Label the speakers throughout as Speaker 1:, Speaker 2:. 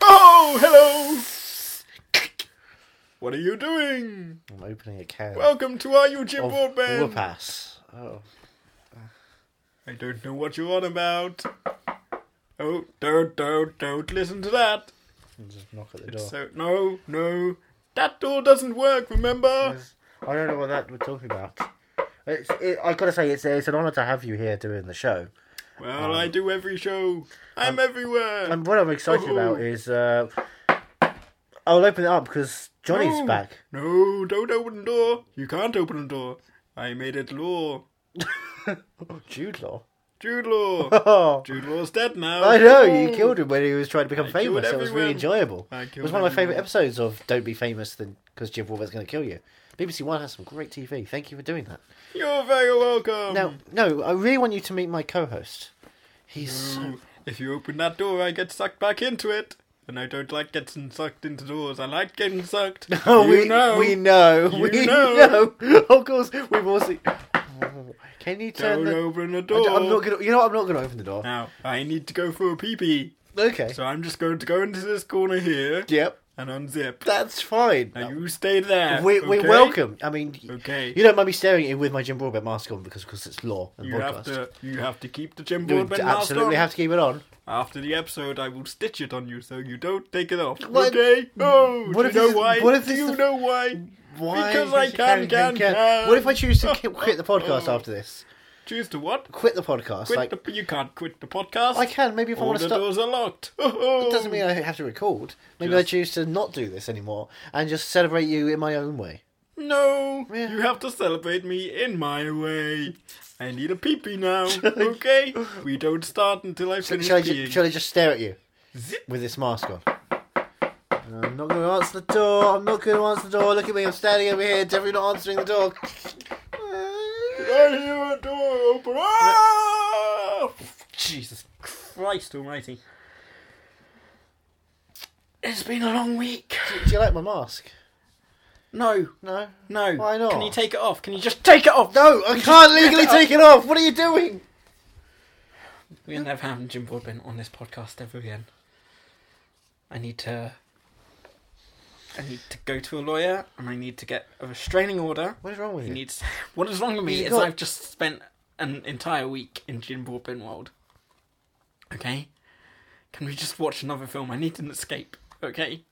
Speaker 1: Oh, What are you doing?
Speaker 2: I'm opening a can
Speaker 1: Welcome to our YouTube
Speaker 2: of
Speaker 1: broadband.
Speaker 2: whoopass. Oh,
Speaker 1: I don't know what you're on about. Oh, don't, don't, don't listen to that.
Speaker 2: and just knock at the door.
Speaker 1: It's so no, no, that door doesn't work. Remember?
Speaker 2: I don't know what that we're talking about. It's, it, I gotta say, it's it's an honour to have you here doing the show.
Speaker 1: Well, I
Speaker 2: Um,
Speaker 1: do every show. I'm everywhere.
Speaker 2: And what I'm excited
Speaker 1: Ooh.
Speaker 2: about is uh, I'll open it up because Johnny's
Speaker 1: No.
Speaker 2: back.
Speaker 1: No, don't open the door. You can't open the door. I made it law. Oh,
Speaker 2: Jude Law.
Speaker 1: Jude Law.
Speaker 2: Oh,
Speaker 1: Jude Law's dead now.
Speaker 2: I know you
Speaker 1: Oh.
Speaker 2: killed him when he was trying to become
Speaker 1: killed
Speaker 2: famous. It was
Speaker 1: everyone.
Speaker 2: really enjoyable.
Speaker 1: I
Speaker 2: It was
Speaker 1: killed
Speaker 2: one of my favourite
Speaker 1: everyone.
Speaker 2: episodes of Don't Be Famous, then because Jim Warbeck's going to kill you. BBC One has some great TV. Thank you for doing that.
Speaker 1: You're very welcome.
Speaker 2: Now, no, I really want you to meet my co-host. He's so
Speaker 1: Ooh, Mm. If you open that door, I get sucked back into it. And I don't like getting sucked into doors. I like getting sucked.
Speaker 2: Oh,
Speaker 1: you
Speaker 2: we
Speaker 1: know.
Speaker 2: we know.
Speaker 1: You
Speaker 2: we know.
Speaker 1: know.
Speaker 2: Of course, we've all seen. Oh, can you turn
Speaker 1: Don't
Speaker 2: the?
Speaker 1: open the
Speaker 2: I
Speaker 1: door.
Speaker 2: am not gonna. You know, what? I'm not gonna open the door.
Speaker 1: Now, I need to go for a pee pee.
Speaker 2: Okay.
Speaker 1: So I'm just going to go into this corner here
Speaker 2: Yep.
Speaker 1: and unzip.
Speaker 2: That's fine.
Speaker 1: Now you stay there.
Speaker 2: we,
Speaker 1: okay?
Speaker 2: We're welcome. I mean,
Speaker 1: Okay.
Speaker 2: you don't mind me staring at you with my Jim Broadbent mask on because, because it's law and
Speaker 1: You have
Speaker 2: podcast.
Speaker 1: to you have to keep the Jim
Speaker 2: You
Speaker 1: Broadbent mask
Speaker 2: absolutely
Speaker 1: on.
Speaker 2: have to keep it on.
Speaker 1: After the episode, I will stitch it on you so you don't take it off.
Speaker 2: What-
Speaker 1: Okay? No.
Speaker 2: what
Speaker 1: Do
Speaker 2: if
Speaker 1: you know
Speaker 2: this-
Speaker 1: why?
Speaker 2: what if
Speaker 1: Do
Speaker 2: this
Speaker 1: you
Speaker 2: is-
Speaker 1: know why?
Speaker 2: Why?
Speaker 1: Because I
Speaker 2: You
Speaker 1: can, can, can.
Speaker 2: What if I choose to ki- quit the podcast
Speaker 1: Oh.
Speaker 2: after this?
Speaker 1: Choose to what?
Speaker 2: Quit the podcast.
Speaker 1: Quit
Speaker 2: like
Speaker 1: the, you can't quit the podcast.
Speaker 2: I can. Maybe if I
Speaker 1: All
Speaker 2: want
Speaker 1: the
Speaker 2: to stop.
Speaker 1: doors are locked.
Speaker 2: It doesn't mean I have to record. Maybe I
Speaker 1: Just-
Speaker 2: choose to not do this anymore and just celebrate you in my own way.
Speaker 1: No,
Speaker 2: Yeah.
Speaker 1: you have to celebrate me in my way. I need a pee pee now, okay? We don't start until I finish
Speaker 2: Shall I, ju-
Speaker 1: peeing.
Speaker 2: shall I just stare at you
Speaker 1: Zip.
Speaker 2: with this mask on? I'm not going to answer the door. I'm not going to answer the door. Look at me. I'm standing over here, definitely not answering the door.
Speaker 1: I hear a door open. Ah! Jesus Christ Almighty! It's been a long week.
Speaker 2: Do you like my mask?
Speaker 1: No,
Speaker 2: No.
Speaker 1: no.
Speaker 2: Why not?
Speaker 1: Can you take it off? Can you just take it off?
Speaker 2: No, I can't legally take it off. What are you doing?
Speaker 1: We'll never have Jim Broadbent on this podcast ever again. I need to. I need to go to a lawyer, and I need to get a restraining order.
Speaker 2: What is wrong with
Speaker 1: He
Speaker 2: you?
Speaker 1: needs. What is wrong with me
Speaker 2: He's
Speaker 1: is
Speaker 2: got-
Speaker 1: I've just spent an entire week in Jim Broadbent world. Okay, can we just watch another film? I need an escape. Okay.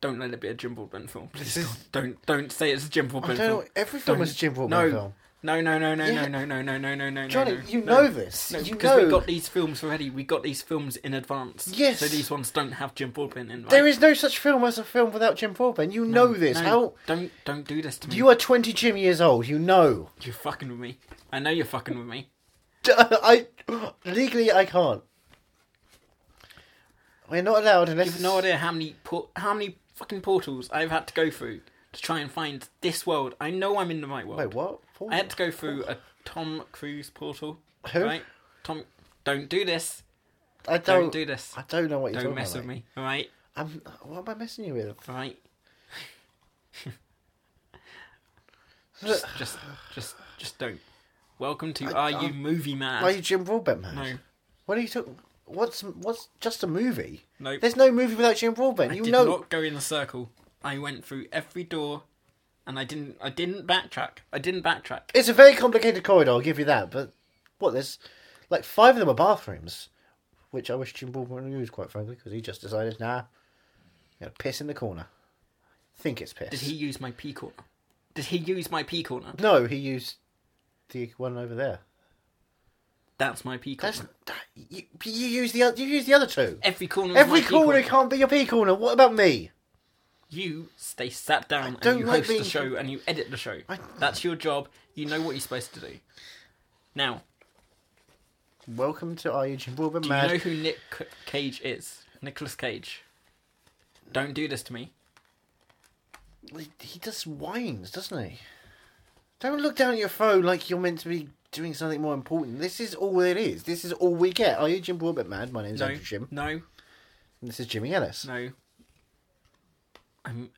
Speaker 1: Don't let it be a Jim Broadbent film, please.
Speaker 2: This
Speaker 1: God.
Speaker 2: is-
Speaker 1: Don't don't say it's a Jim
Speaker 2: I
Speaker 1: Broadbent
Speaker 2: don't
Speaker 1: film.
Speaker 2: know. Every film is a Jim Broadbent
Speaker 1: no,
Speaker 2: film.
Speaker 1: No, no, no, no,
Speaker 2: Yeah.
Speaker 1: no, no, no, no, no, no,
Speaker 2: Johnny,
Speaker 1: no.
Speaker 2: you
Speaker 1: no.
Speaker 2: know this.
Speaker 1: No,
Speaker 2: you
Speaker 1: because
Speaker 2: know.
Speaker 1: we got these films already. We got these films in advance.
Speaker 2: Yes.
Speaker 1: So these ones don't have Jim Broadbent in. Right?
Speaker 2: There is no such film as a film without Jim Broadbent. You
Speaker 1: No,
Speaker 2: know this.
Speaker 1: no,
Speaker 2: How?
Speaker 1: Don't don't do this to me.
Speaker 2: You are 20 Jim years old. You know.
Speaker 1: You're fucking with me. I know you're fucking with me.
Speaker 2: I legally I can't. We're not allowed unless
Speaker 1: You've no idea how many por- how many fucking portals I've had to go through to try and find this world. I know I'm in the right world.
Speaker 2: Wait, what? Paul?
Speaker 1: I had to go through a Tom Cruise portal.
Speaker 2: Who?
Speaker 1: Right? Tom, don't do this.
Speaker 2: I
Speaker 1: Don't,
Speaker 2: don't.
Speaker 1: do this.
Speaker 2: I don't know what you're
Speaker 1: Don't
Speaker 2: talking
Speaker 1: mess
Speaker 2: about.
Speaker 1: with me. All right.
Speaker 2: I'm, what am I messing you with?
Speaker 1: All right. just, just, just, just don't. Welcome to Are You Movie Man?
Speaker 2: Are you Jim Broadbent man?
Speaker 1: No.
Speaker 2: What are you talking? What's what's just a movie?
Speaker 1: No.
Speaker 2: There's no movie without Jim Broadbent.
Speaker 1: I
Speaker 2: you
Speaker 1: did
Speaker 2: know.
Speaker 1: not go in a circle. I went through every door, and I didn't. I didn't backtrack. I didn't backtrack.
Speaker 2: It's a very complicated corridor. I'll give you that. But what there's like five of them are bathrooms, which I wish Jim Broadbent used quite frankly because he just decided nah, I'm gonna piss in the corner. Think it's piss.
Speaker 1: Did he use my pea corner? Did he use my pea corner?
Speaker 2: No, he used the one over there.
Speaker 1: That's my pea corner.
Speaker 2: That's that, you, you use the oth- you use the other two.
Speaker 1: Every corner. is
Speaker 2: Every
Speaker 1: my pea
Speaker 2: corner can't be your P corner. What about me?
Speaker 1: You stay sat down
Speaker 2: don't
Speaker 1: and you
Speaker 2: like
Speaker 1: host
Speaker 2: being-
Speaker 1: the show and you edit the show.
Speaker 2: I-
Speaker 1: That's your job. You know what you're supposed to do. Now,
Speaker 2: Welcome to Are You Jim Broadbent
Speaker 1: do
Speaker 2: Mad?
Speaker 1: you know who Nick C- Cage is? Nicholas Cage. Don't do this to me.
Speaker 2: He- He just whines, doesn't he? Don't look down at your phone like you're meant to be doing something more important. This is all it is. This is all we get. Are you Jim Broadbent Mad? My name's
Speaker 1: No.
Speaker 2: Andrew Jim.
Speaker 1: No.
Speaker 2: And this is Jimmy Ellis.
Speaker 1: No. I'm.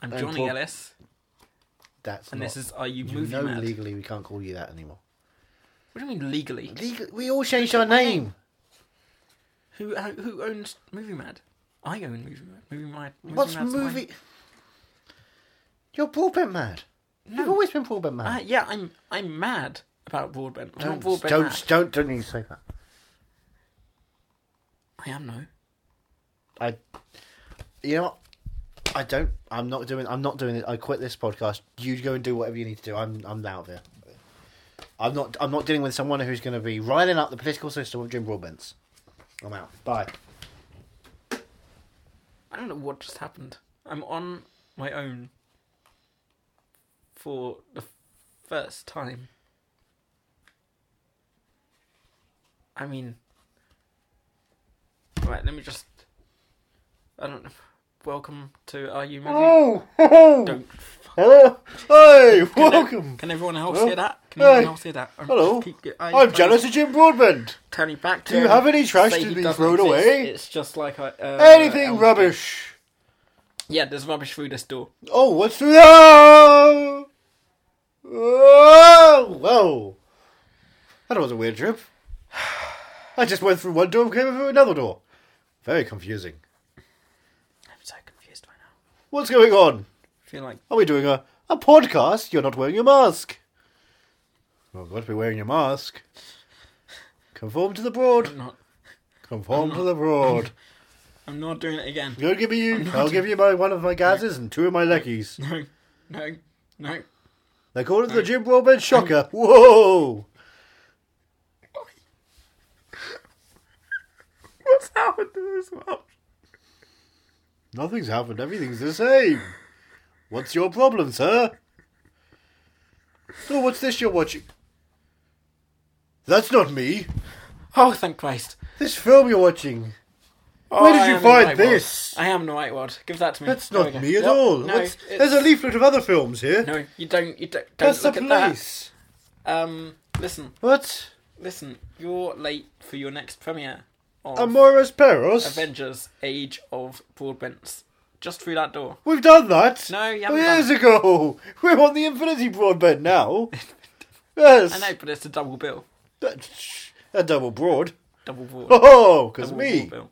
Speaker 1: I'm
Speaker 2: And
Speaker 1: Johnny
Speaker 2: Paul-
Speaker 1: Ellis,
Speaker 2: That's
Speaker 1: and
Speaker 2: not,
Speaker 1: this is Are You
Speaker 2: you
Speaker 1: Movie
Speaker 2: know
Speaker 1: Mad?
Speaker 2: legally we can't call you that anymore.
Speaker 1: What do you mean legally?
Speaker 2: Legal, we all changed our name.
Speaker 1: Who who owns uh, Movie Mad? I go in movie mode. Movie mode. Movie
Speaker 2: What's
Speaker 1: mode's fine.
Speaker 2: movie? You're broadbent mad. You've
Speaker 1: No.
Speaker 2: always been broadbent
Speaker 1: Uh,
Speaker 2: mad.
Speaker 1: yeah, I'm I'm mad about broadbent. I'm not
Speaker 2: Don't,
Speaker 1: broadbent
Speaker 2: don't,
Speaker 1: mad.
Speaker 2: don't, don't need to say that.
Speaker 1: I am no.
Speaker 2: I, you know, what? I don't. I'm not doing. I'm not doing it. I quit this podcast. You go and do whatever you need to do. I'm. I'm out of here. I'm not. I'm not dealing with someone who's going to be riling up the political system with Jim Broadbent's. I'm out. Bye.
Speaker 1: I don't know what just happened. I'm on my own for the first time. I mean, right. Let me just. I don't know. Welcome to Are You Movie?
Speaker 2: Oh,
Speaker 1: Don't.
Speaker 2: hello. Hey,
Speaker 1: Can ev-
Speaker 2: welcome.
Speaker 1: Can everyone else
Speaker 2: Well,
Speaker 1: hear that? Can
Speaker 2: hey.
Speaker 1: everyone else hear that? I'm,
Speaker 2: Hello.
Speaker 1: just keep- I-
Speaker 2: I'm
Speaker 1: I-
Speaker 2: jealous of Jim Broadbent.
Speaker 1: Turning back to
Speaker 2: Do you
Speaker 1: him,
Speaker 2: have any trash
Speaker 1: say
Speaker 2: to
Speaker 1: he
Speaker 2: be
Speaker 1: doesn't
Speaker 2: thrown
Speaker 1: exist.
Speaker 2: away?
Speaker 1: It's just like I, uh,
Speaker 2: Anything
Speaker 1: Elm
Speaker 2: rubbish.
Speaker 1: Street. Yeah, there's rubbish through this door.
Speaker 2: Oh, what's through there? Oh, whoa. That was a weird trip. I just went through one door and came through another door. Very confusing.
Speaker 1: I'm so confused right now.
Speaker 2: What's going on?
Speaker 1: I feel like
Speaker 2: Are we doing a, a podcast? You're not wearing your mask. Well, you've got to be wearing your mask. Conform to the broad.
Speaker 1: I'm not.
Speaker 2: Conform to the broad.
Speaker 1: I'm not doing it again.
Speaker 2: Go give me you. I'll give you my one of my gases and two of my leckies.
Speaker 1: No, no, no.
Speaker 2: They call it the Jim Broadbent Shocker. Whoa!
Speaker 1: What's happened to this world?
Speaker 2: Nothing's happened. Everything's the same. What's your problem, sir? Oh, what's this you're watching? That's not me.
Speaker 1: Oh, thank Christ!
Speaker 2: This film you're watching. Where
Speaker 1: Oh,
Speaker 2: did
Speaker 1: I
Speaker 2: you
Speaker 1: am in
Speaker 2: find
Speaker 1: the right
Speaker 2: this?
Speaker 1: World. I am in the right world. Give that to me.
Speaker 2: That's
Speaker 1: There we
Speaker 2: not
Speaker 1: go.
Speaker 2: me at
Speaker 1: Yep.
Speaker 2: all.
Speaker 1: No,
Speaker 2: What's-
Speaker 1: it's-
Speaker 2: there's a leaflet of other films here.
Speaker 1: no. You don't. You don't. don't
Speaker 2: That's the
Speaker 1: look at
Speaker 2: place.
Speaker 1: that. Um, listen,
Speaker 2: What?
Speaker 1: listen. You're late for your next premiere. Of...
Speaker 2: Amoris Peros?
Speaker 1: Avengers Age of Broadbents. Just through that door.
Speaker 2: We've done that.
Speaker 1: No, you haven't
Speaker 2: Years ago. We're on the Infinity Broadbent now. yes.
Speaker 1: I know, but it's a double bill.
Speaker 2: That's a double broad.
Speaker 1: Double wall.
Speaker 2: Oh, because
Speaker 1: double
Speaker 2: me.
Speaker 1: wall bill.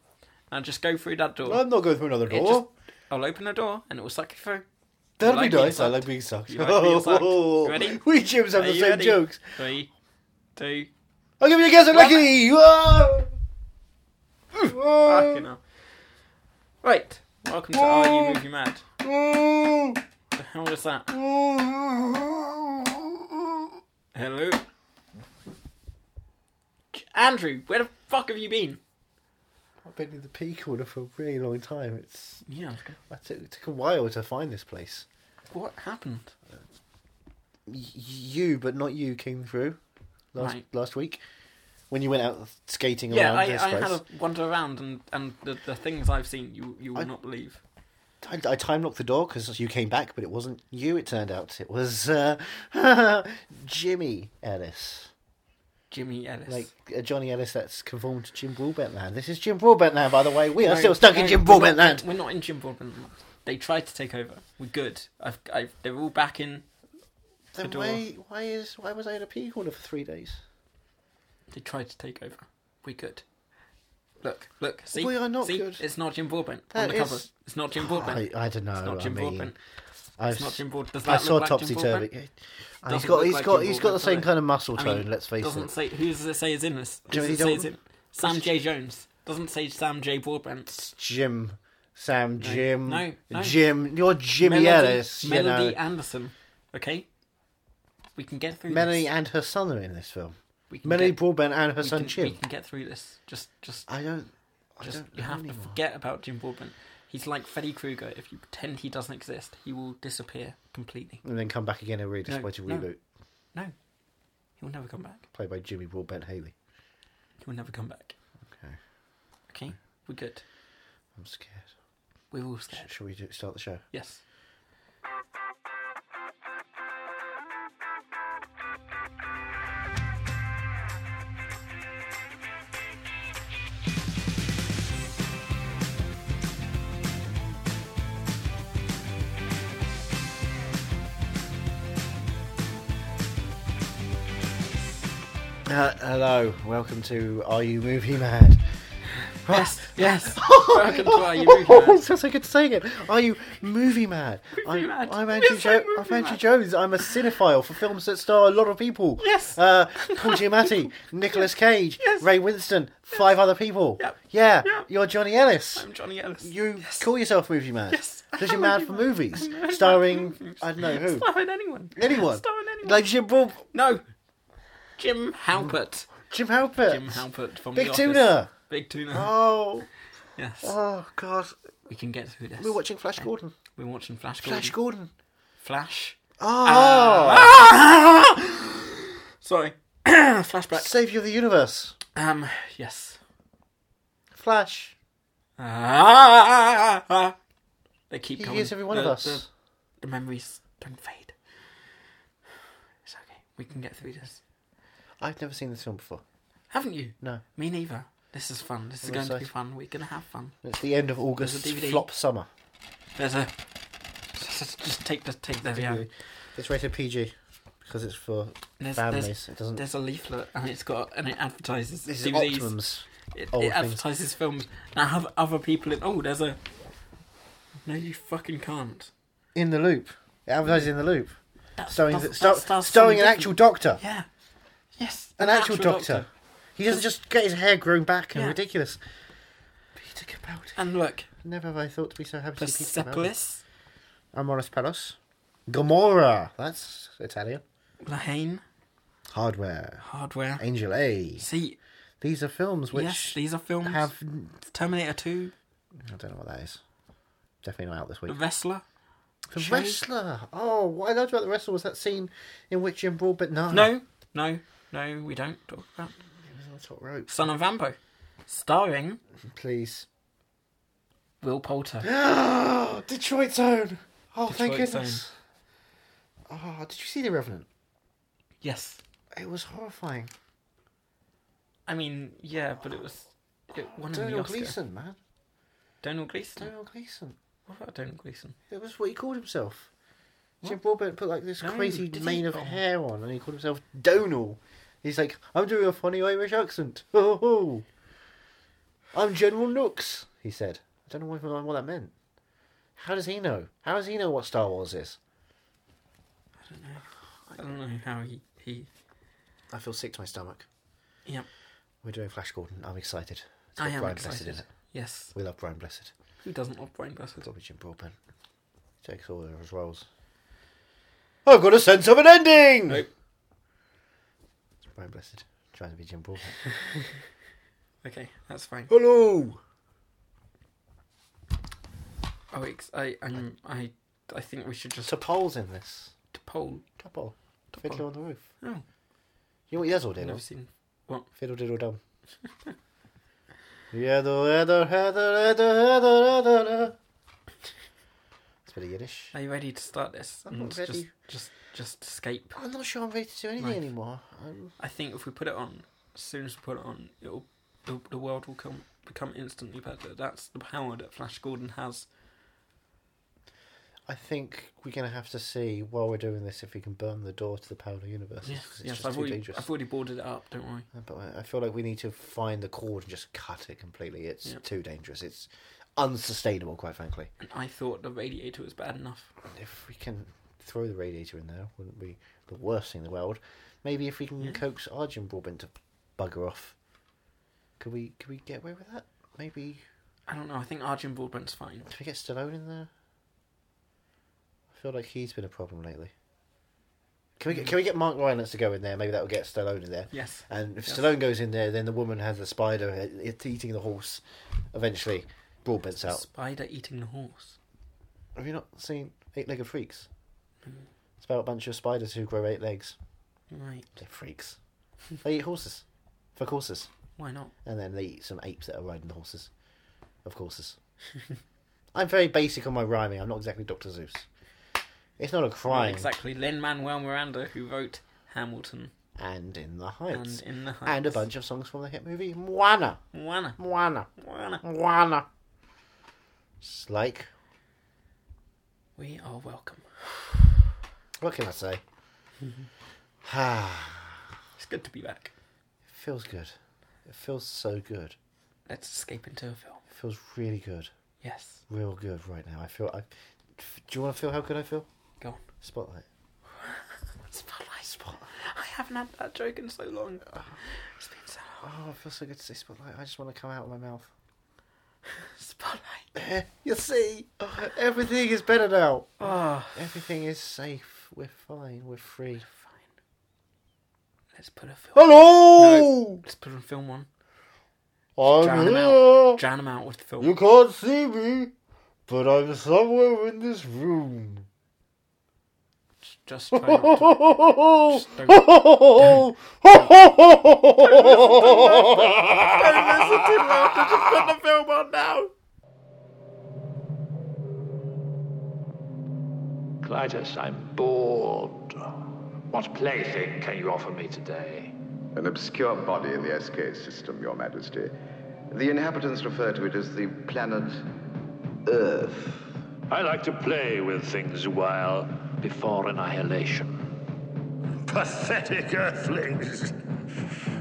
Speaker 1: And just go through that door.
Speaker 2: I'm not going through another
Speaker 1: It
Speaker 2: door.
Speaker 1: just, I'll open a door and it will suck you through. You
Speaker 2: That'd
Speaker 1: like
Speaker 2: be
Speaker 1: being
Speaker 2: nice. I
Speaker 1: sucked.
Speaker 2: like being sucked.
Speaker 1: You like being sucked. You ready?
Speaker 2: We gyms have
Speaker 1: Are
Speaker 2: the
Speaker 1: you
Speaker 2: same
Speaker 1: ready?
Speaker 2: jokes.
Speaker 1: Three, two,
Speaker 2: I'll give you a guess. I'm
Speaker 1: One.
Speaker 2: lucky. Whoa!
Speaker 1: fucking
Speaker 2: Whoa!
Speaker 1: hell. Right. Welcome to Are You Movie Mad?
Speaker 2: Whoa!
Speaker 1: The hell is that?
Speaker 2: Whoa!
Speaker 1: Hello? J- Andrew, where the fuck have you been?
Speaker 2: I've been in the P corner for a really long time. It's
Speaker 1: Yeah.
Speaker 2: it took, it took a while to find this place.
Speaker 1: What happened?
Speaker 2: Y- you, but not you, came through last
Speaker 1: Right.
Speaker 2: last week when you went out skating
Speaker 1: Yeah,
Speaker 2: around
Speaker 1: I,
Speaker 2: this
Speaker 1: I
Speaker 2: place.
Speaker 1: had a wander around and, and the, the things I've seen you you will
Speaker 2: I-
Speaker 1: not believe.
Speaker 2: I, I time locked the door because you came back, but it wasn't you. It turned out it was uh, Jimmy Ellis,
Speaker 1: Jimmy Ellis.
Speaker 2: like uh, Johnny Ellis. That's conformed to Jim Broadbent Land. This is Jim Broadbent Land, by the way. We
Speaker 1: No,
Speaker 2: are still stuck in
Speaker 1: no,
Speaker 2: Jim
Speaker 1: we're
Speaker 2: Broadbent
Speaker 1: not-
Speaker 2: Land.
Speaker 1: We're not in Jim Broadbent Land. They tried to take over. We're good. I've, I've, they're all back in.
Speaker 2: Then
Speaker 1: door.
Speaker 2: why, why is why was I in a pea corner for three days?
Speaker 1: They tried to take over. We're good. Look, look, see?
Speaker 2: We are not
Speaker 1: see?
Speaker 2: good.
Speaker 1: It's not Jim Broadbent on
Speaker 2: That
Speaker 1: the
Speaker 2: is-
Speaker 1: cover. It's not Jim Broadbent.
Speaker 2: I, I don't know.
Speaker 1: it's not Jim
Speaker 2: I mean,
Speaker 1: Broadbent.
Speaker 2: I've,
Speaker 1: It's not Jim Broadbent. Does that
Speaker 2: I
Speaker 1: look
Speaker 2: saw
Speaker 1: like Jim
Speaker 2: Topsy
Speaker 1: Broadbent?
Speaker 2: Turvy. And he's
Speaker 1: Doesn't
Speaker 2: got
Speaker 1: look
Speaker 2: he's
Speaker 1: like
Speaker 2: got
Speaker 1: Jim
Speaker 2: he's got the
Speaker 1: Broadbent,
Speaker 2: same
Speaker 1: does it?
Speaker 2: kind of muscle
Speaker 1: I
Speaker 2: tone.
Speaker 1: mean,
Speaker 2: let's face
Speaker 1: doesn't
Speaker 2: it.
Speaker 1: say who does it say is in this? Who
Speaker 2: Jimmy
Speaker 1: does it say is
Speaker 2: Dalton?
Speaker 1: in? Sam J Jones doesn't say Sam J Broadbent.
Speaker 2: Jim, Sam, Jim,
Speaker 1: no, no.
Speaker 2: Jim. You're Jimmy Ellis. you
Speaker 1: Melody
Speaker 2: know.
Speaker 1: Anderson. Okay, we can get through.
Speaker 2: Melanie
Speaker 1: this.
Speaker 2: and her son are in this film.
Speaker 1: we can
Speaker 2: Melanie
Speaker 1: get-
Speaker 2: Broadbent and her
Speaker 1: we
Speaker 2: son
Speaker 1: can,
Speaker 2: Jim.
Speaker 1: We can get through this. Just, just,
Speaker 2: I don't. I
Speaker 1: just.
Speaker 2: don't
Speaker 1: You
Speaker 2: know
Speaker 1: have to
Speaker 2: anymore.
Speaker 1: forget about Jim Broadbent. He's like Freddy Krueger. If you pretend he doesn't exist, he will disappear completely.
Speaker 2: And then come back again in a really
Speaker 1: No,
Speaker 2: disappointing
Speaker 1: no.
Speaker 2: reboot,
Speaker 1: No, he will never come back.
Speaker 2: played by Jimmy Broadbent Haley.
Speaker 1: He will never come back.
Speaker 2: Okay,
Speaker 1: Okay, we're good.
Speaker 2: I'm scared.
Speaker 1: We're all
Speaker 2: Sh-
Speaker 1: scared.
Speaker 2: Shall we do, start the show?
Speaker 1: Yes.
Speaker 2: Uh, hello, welcome to Are You Movie Mad?
Speaker 1: Best Yes.
Speaker 2: Oh
Speaker 1: Welcome to our movie man.
Speaker 2: That's so good saying it. Are you movie mad? I'm,
Speaker 1: mad.
Speaker 2: I'm Andrew,
Speaker 1: Yes,
Speaker 2: jo-
Speaker 1: I'm movie
Speaker 2: I'm Andrew
Speaker 1: mad.
Speaker 2: Jones. I'm a cinephile for films that star a lot of people.
Speaker 1: Yes.
Speaker 2: Uh, Paul Giamatti, Nicolas Cage,
Speaker 1: Yes.
Speaker 2: Ray Winston, five other people.
Speaker 1: Yep.
Speaker 2: Yeah.
Speaker 1: Yep.
Speaker 2: You're Johnny Ellis.
Speaker 1: I'm Johnny Ellis.
Speaker 2: You call yourself movie mad.
Speaker 1: Yes, I
Speaker 2: Because you're
Speaker 1: am movie
Speaker 2: mad for
Speaker 1: mad.
Speaker 2: movies.
Speaker 1: I'm mad for
Speaker 2: Starring,
Speaker 1: movies.
Speaker 2: I don't know who.
Speaker 1: Starring anyone.
Speaker 2: Anyone.
Speaker 1: Starring anyone.
Speaker 2: Like Jim, Bob-
Speaker 1: no. Jim Halpert.
Speaker 2: Jim Halpert.
Speaker 1: Jim Halpert from
Speaker 2: Big
Speaker 1: The Office.
Speaker 2: Tuna.
Speaker 1: Big Tuna.
Speaker 2: Oh.
Speaker 1: Yes.
Speaker 2: Oh, God.
Speaker 1: we can get through this.
Speaker 2: We're watching Flash Gordon.
Speaker 1: We're watching Flash Gordon.
Speaker 2: Flash Gordon.
Speaker 1: Flash. Ah,
Speaker 2: Oh.
Speaker 1: Sorry. Flashback.
Speaker 2: Savior of the Universe.
Speaker 1: Um. Yes.
Speaker 2: Flash.
Speaker 1: Ah, they keep
Speaker 2: He
Speaker 1: coming.
Speaker 2: is every one
Speaker 1: The-
Speaker 2: of us.
Speaker 1: The, the memories don't fade. It's okay. We can get through this.
Speaker 2: I've never seen this film before.
Speaker 1: Haven't you?
Speaker 2: No.
Speaker 1: Me neither. This is fun. This is
Speaker 2: I'm
Speaker 1: going to be
Speaker 2: excited.
Speaker 1: fun. We're going to have fun.
Speaker 2: It's the end of August.
Speaker 1: There's a DVD.
Speaker 2: Flop summer.
Speaker 1: There's a. Just just take the take the yeah.
Speaker 2: It's rated PG because it's for
Speaker 1: There's,
Speaker 2: families.
Speaker 1: there's,
Speaker 2: it doesn't.
Speaker 1: there's a leaflet and it's got and it advertises
Speaker 2: This is
Speaker 1: DVDs.
Speaker 2: Optimum's.
Speaker 1: It,
Speaker 2: old
Speaker 1: it
Speaker 2: things.
Speaker 1: advertises films that have other people in. Oh, there's a. No, you fucking can't.
Speaker 2: In the Loop. It advertises in the Loop.
Speaker 1: That
Speaker 2: Starring,
Speaker 1: does- that
Speaker 2: star,
Speaker 1: stars
Speaker 2: starring an
Speaker 1: someone
Speaker 2: actual doctor.
Speaker 1: different. Yeah. Yes.
Speaker 2: An actual, doctor. He doesn't just get his hair grown back and
Speaker 1: Yeah.
Speaker 2: ridiculous. Peter Capaldi.
Speaker 1: And look,
Speaker 2: Never have I thought to be so happy to see Peter Capaldi.
Speaker 1: Persepolis,
Speaker 2: Amoris Paros. Gomorrah. That's Italian.
Speaker 1: Lahane,
Speaker 2: Hardware.
Speaker 1: Hardware.
Speaker 2: Angel A.
Speaker 1: See,
Speaker 2: These are films which
Speaker 1: yes, these are films.
Speaker 2: have.
Speaker 1: Terminator 2,
Speaker 2: I don't know what that is. Definitely not out this week.
Speaker 1: The Wrestler.
Speaker 2: The
Speaker 1: Show.
Speaker 2: Wrestler. Oh, what I loved about The Wrestler was that scene in which Jim Broadbent. No.
Speaker 1: No, no, no, we don't talk about
Speaker 2: It was on the top rope.
Speaker 1: Son of Rambo. Starring
Speaker 2: Please.
Speaker 1: Will Poulter.
Speaker 2: Detroit Zone. Oh, thank
Speaker 1: Detroit Zone.
Speaker 2: goodness. Oh, did you see The Revenant?
Speaker 1: Yes.
Speaker 2: It was horrifying.
Speaker 1: I mean, yeah, but it was. It won an
Speaker 2: Donald
Speaker 1: Oscar.
Speaker 2: Gleason, man.
Speaker 1: Donald Gleason?
Speaker 2: Donald Gleason.
Speaker 1: What about Donald Gleason?
Speaker 2: It was what he called himself. Jim Broadbent put like this
Speaker 1: No,
Speaker 2: crazy
Speaker 1: did he?
Speaker 2: mane of
Speaker 1: Oh.
Speaker 2: hair on, and he called himself Donal. He's like, I'm doing a funny Irish accent. Ho, ho, ho. I'm General Nooks, he said. I don't know what, what that meant. How does he know? How does he know what Star Wars is?
Speaker 1: I don't know how he. he
Speaker 2: I feel sick to my stomach.
Speaker 1: yep.
Speaker 2: We're doing Flash Gordon. I'm excited. It's
Speaker 1: I
Speaker 2: got
Speaker 1: am
Speaker 2: Brian
Speaker 1: excited.
Speaker 2: Blessed in it.
Speaker 1: Yes.
Speaker 2: We love Brian Blessed.
Speaker 1: Who doesn't love Brian Blessed?
Speaker 2: It's got Jim Broadbent. Takes all of his roles. I've got a sense of an ending.
Speaker 1: Nope.
Speaker 2: It's Brian Blessed trying to be Jim Broadbent.
Speaker 1: Okay, that's fine.
Speaker 2: Hello.
Speaker 1: Oh, ex- I, I'm, I, I think we should just
Speaker 2: It's a pole's in this.
Speaker 1: to poll.
Speaker 2: Topole.
Speaker 1: Topole.
Speaker 2: Fiddler on the roof.
Speaker 1: Oh,
Speaker 2: You know what he does all day
Speaker 1: I've
Speaker 2: long?
Speaker 1: never seen.
Speaker 2: Fiddle diddle dum. yeah, the heather, heather, heather, heather, heather, heather. It's a bit of Yiddish.
Speaker 1: Are you ready to start this?
Speaker 2: I'm
Speaker 1: And
Speaker 2: not ready.
Speaker 1: Just, just, just escape.
Speaker 2: I'm not sure I'm ready to do anything
Speaker 1: Right.
Speaker 2: anymore. I'm...
Speaker 1: I think if we put it on, as soon as we put it on, it'll, it'll the world will come become instantly better. That's the power that Flash Gordon has.
Speaker 2: I think we're going to have to see while we're doing this if we can burn the door to the parallel universe.
Speaker 1: Yes,
Speaker 2: it's
Speaker 1: yes.
Speaker 2: just
Speaker 1: I've
Speaker 2: too
Speaker 1: already,
Speaker 2: dangerous. Uh,
Speaker 1: I've already boarded it up. Don't worry.
Speaker 2: But I- I feel like we need to find the cord and just cut it completely. It's
Speaker 1: Yeah.
Speaker 2: too dangerous. It's unsustainable, quite frankly.
Speaker 1: And I thought the radiator was bad enough.
Speaker 2: if we can throw the radiator in there, wouldn't be the worst thing in the world. Maybe if we can
Speaker 1: Yeah.
Speaker 2: coax Arjun Broadbent to bugger off, could we could we get away with that? Maybe
Speaker 1: I don't know. I think Arjun Broadbent's fine.
Speaker 2: can we get Stallone in there? I feel like he's been a problem lately. Can we get, can we get Mark Rylance to go in there? Maybe that will get Stallone in there.
Speaker 1: Yes.
Speaker 2: And if
Speaker 1: Yes.
Speaker 2: Stallone goes in there, then the woman has the spider uh, it's eating the horse. Eventually, Broadbent's out.
Speaker 1: Spider eating the horse.
Speaker 2: Have you not seen Eight Legged Freaks? It's about a bunch of spiders who grow eight legs.
Speaker 1: Right.
Speaker 2: They're freaks. they eat horses. For courses.
Speaker 1: Why not?
Speaker 2: And then they eat some apes that are riding the horses. Of courses. I'm very basic on my rhyming. I'm not exactly Dr. Zeus. It's not a
Speaker 1: Not
Speaker 2: crime.
Speaker 1: exactly. Lin Manuel Miranda, who wrote Hamilton
Speaker 2: And in the heights.
Speaker 1: and In the Heights.
Speaker 2: And, a bunch of songs from the hit movie Moana.
Speaker 1: Moana.
Speaker 2: Moana.
Speaker 1: Moana.
Speaker 2: Moana. It's like,
Speaker 1: We are welcome.
Speaker 2: what can I say? Ah,
Speaker 1: It's good to be back.
Speaker 2: it feels good. It feels so good.
Speaker 1: Let's escape into a film.
Speaker 2: feels really good,
Speaker 1: Yes.
Speaker 2: real good right now. I feel. I, f- do you want to feel how good I feel?
Speaker 1: Go on.
Speaker 2: Spotlight.
Speaker 1: Spotlight. Spotlight. I haven't had that joke in so long.
Speaker 2: Ah.
Speaker 1: It's been so long.
Speaker 2: Oh, I feel so good to say spotlight. I just want to come out of my mouth.
Speaker 1: Spotlight.
Speaker 2: you see, everything is better now.
Speaker 1: Oh,
Speaker 2: Everything is safe. We're fine. We're free.
Speaker 1: fine. Let's put a film.
Speaker 2: Hello.
Speaker 1: Let's put a film on.
Speaker 2: I'm
Speaker 1: Drown 'em
Speaker 2: here.
Speaker 1: out. Drown 'em out with the film.
Speaker 2: Oh. You can't see me, but I'm somewhere in this room.
Speaker 1: Just try not to.
Speaker 2: Don't
Speaker 1: too loud. Just put the film on now.
Speaker 3: Clytus, I'm bored. What plaything can you offer me today?
Speaker 4: An obscure body in the SK system, Your Majesty. The inhabitants refer to it as the planet Earth.
Speaker 3: I like to play with things a while before annihilation.
Speaker 5: Pathetic earthlings.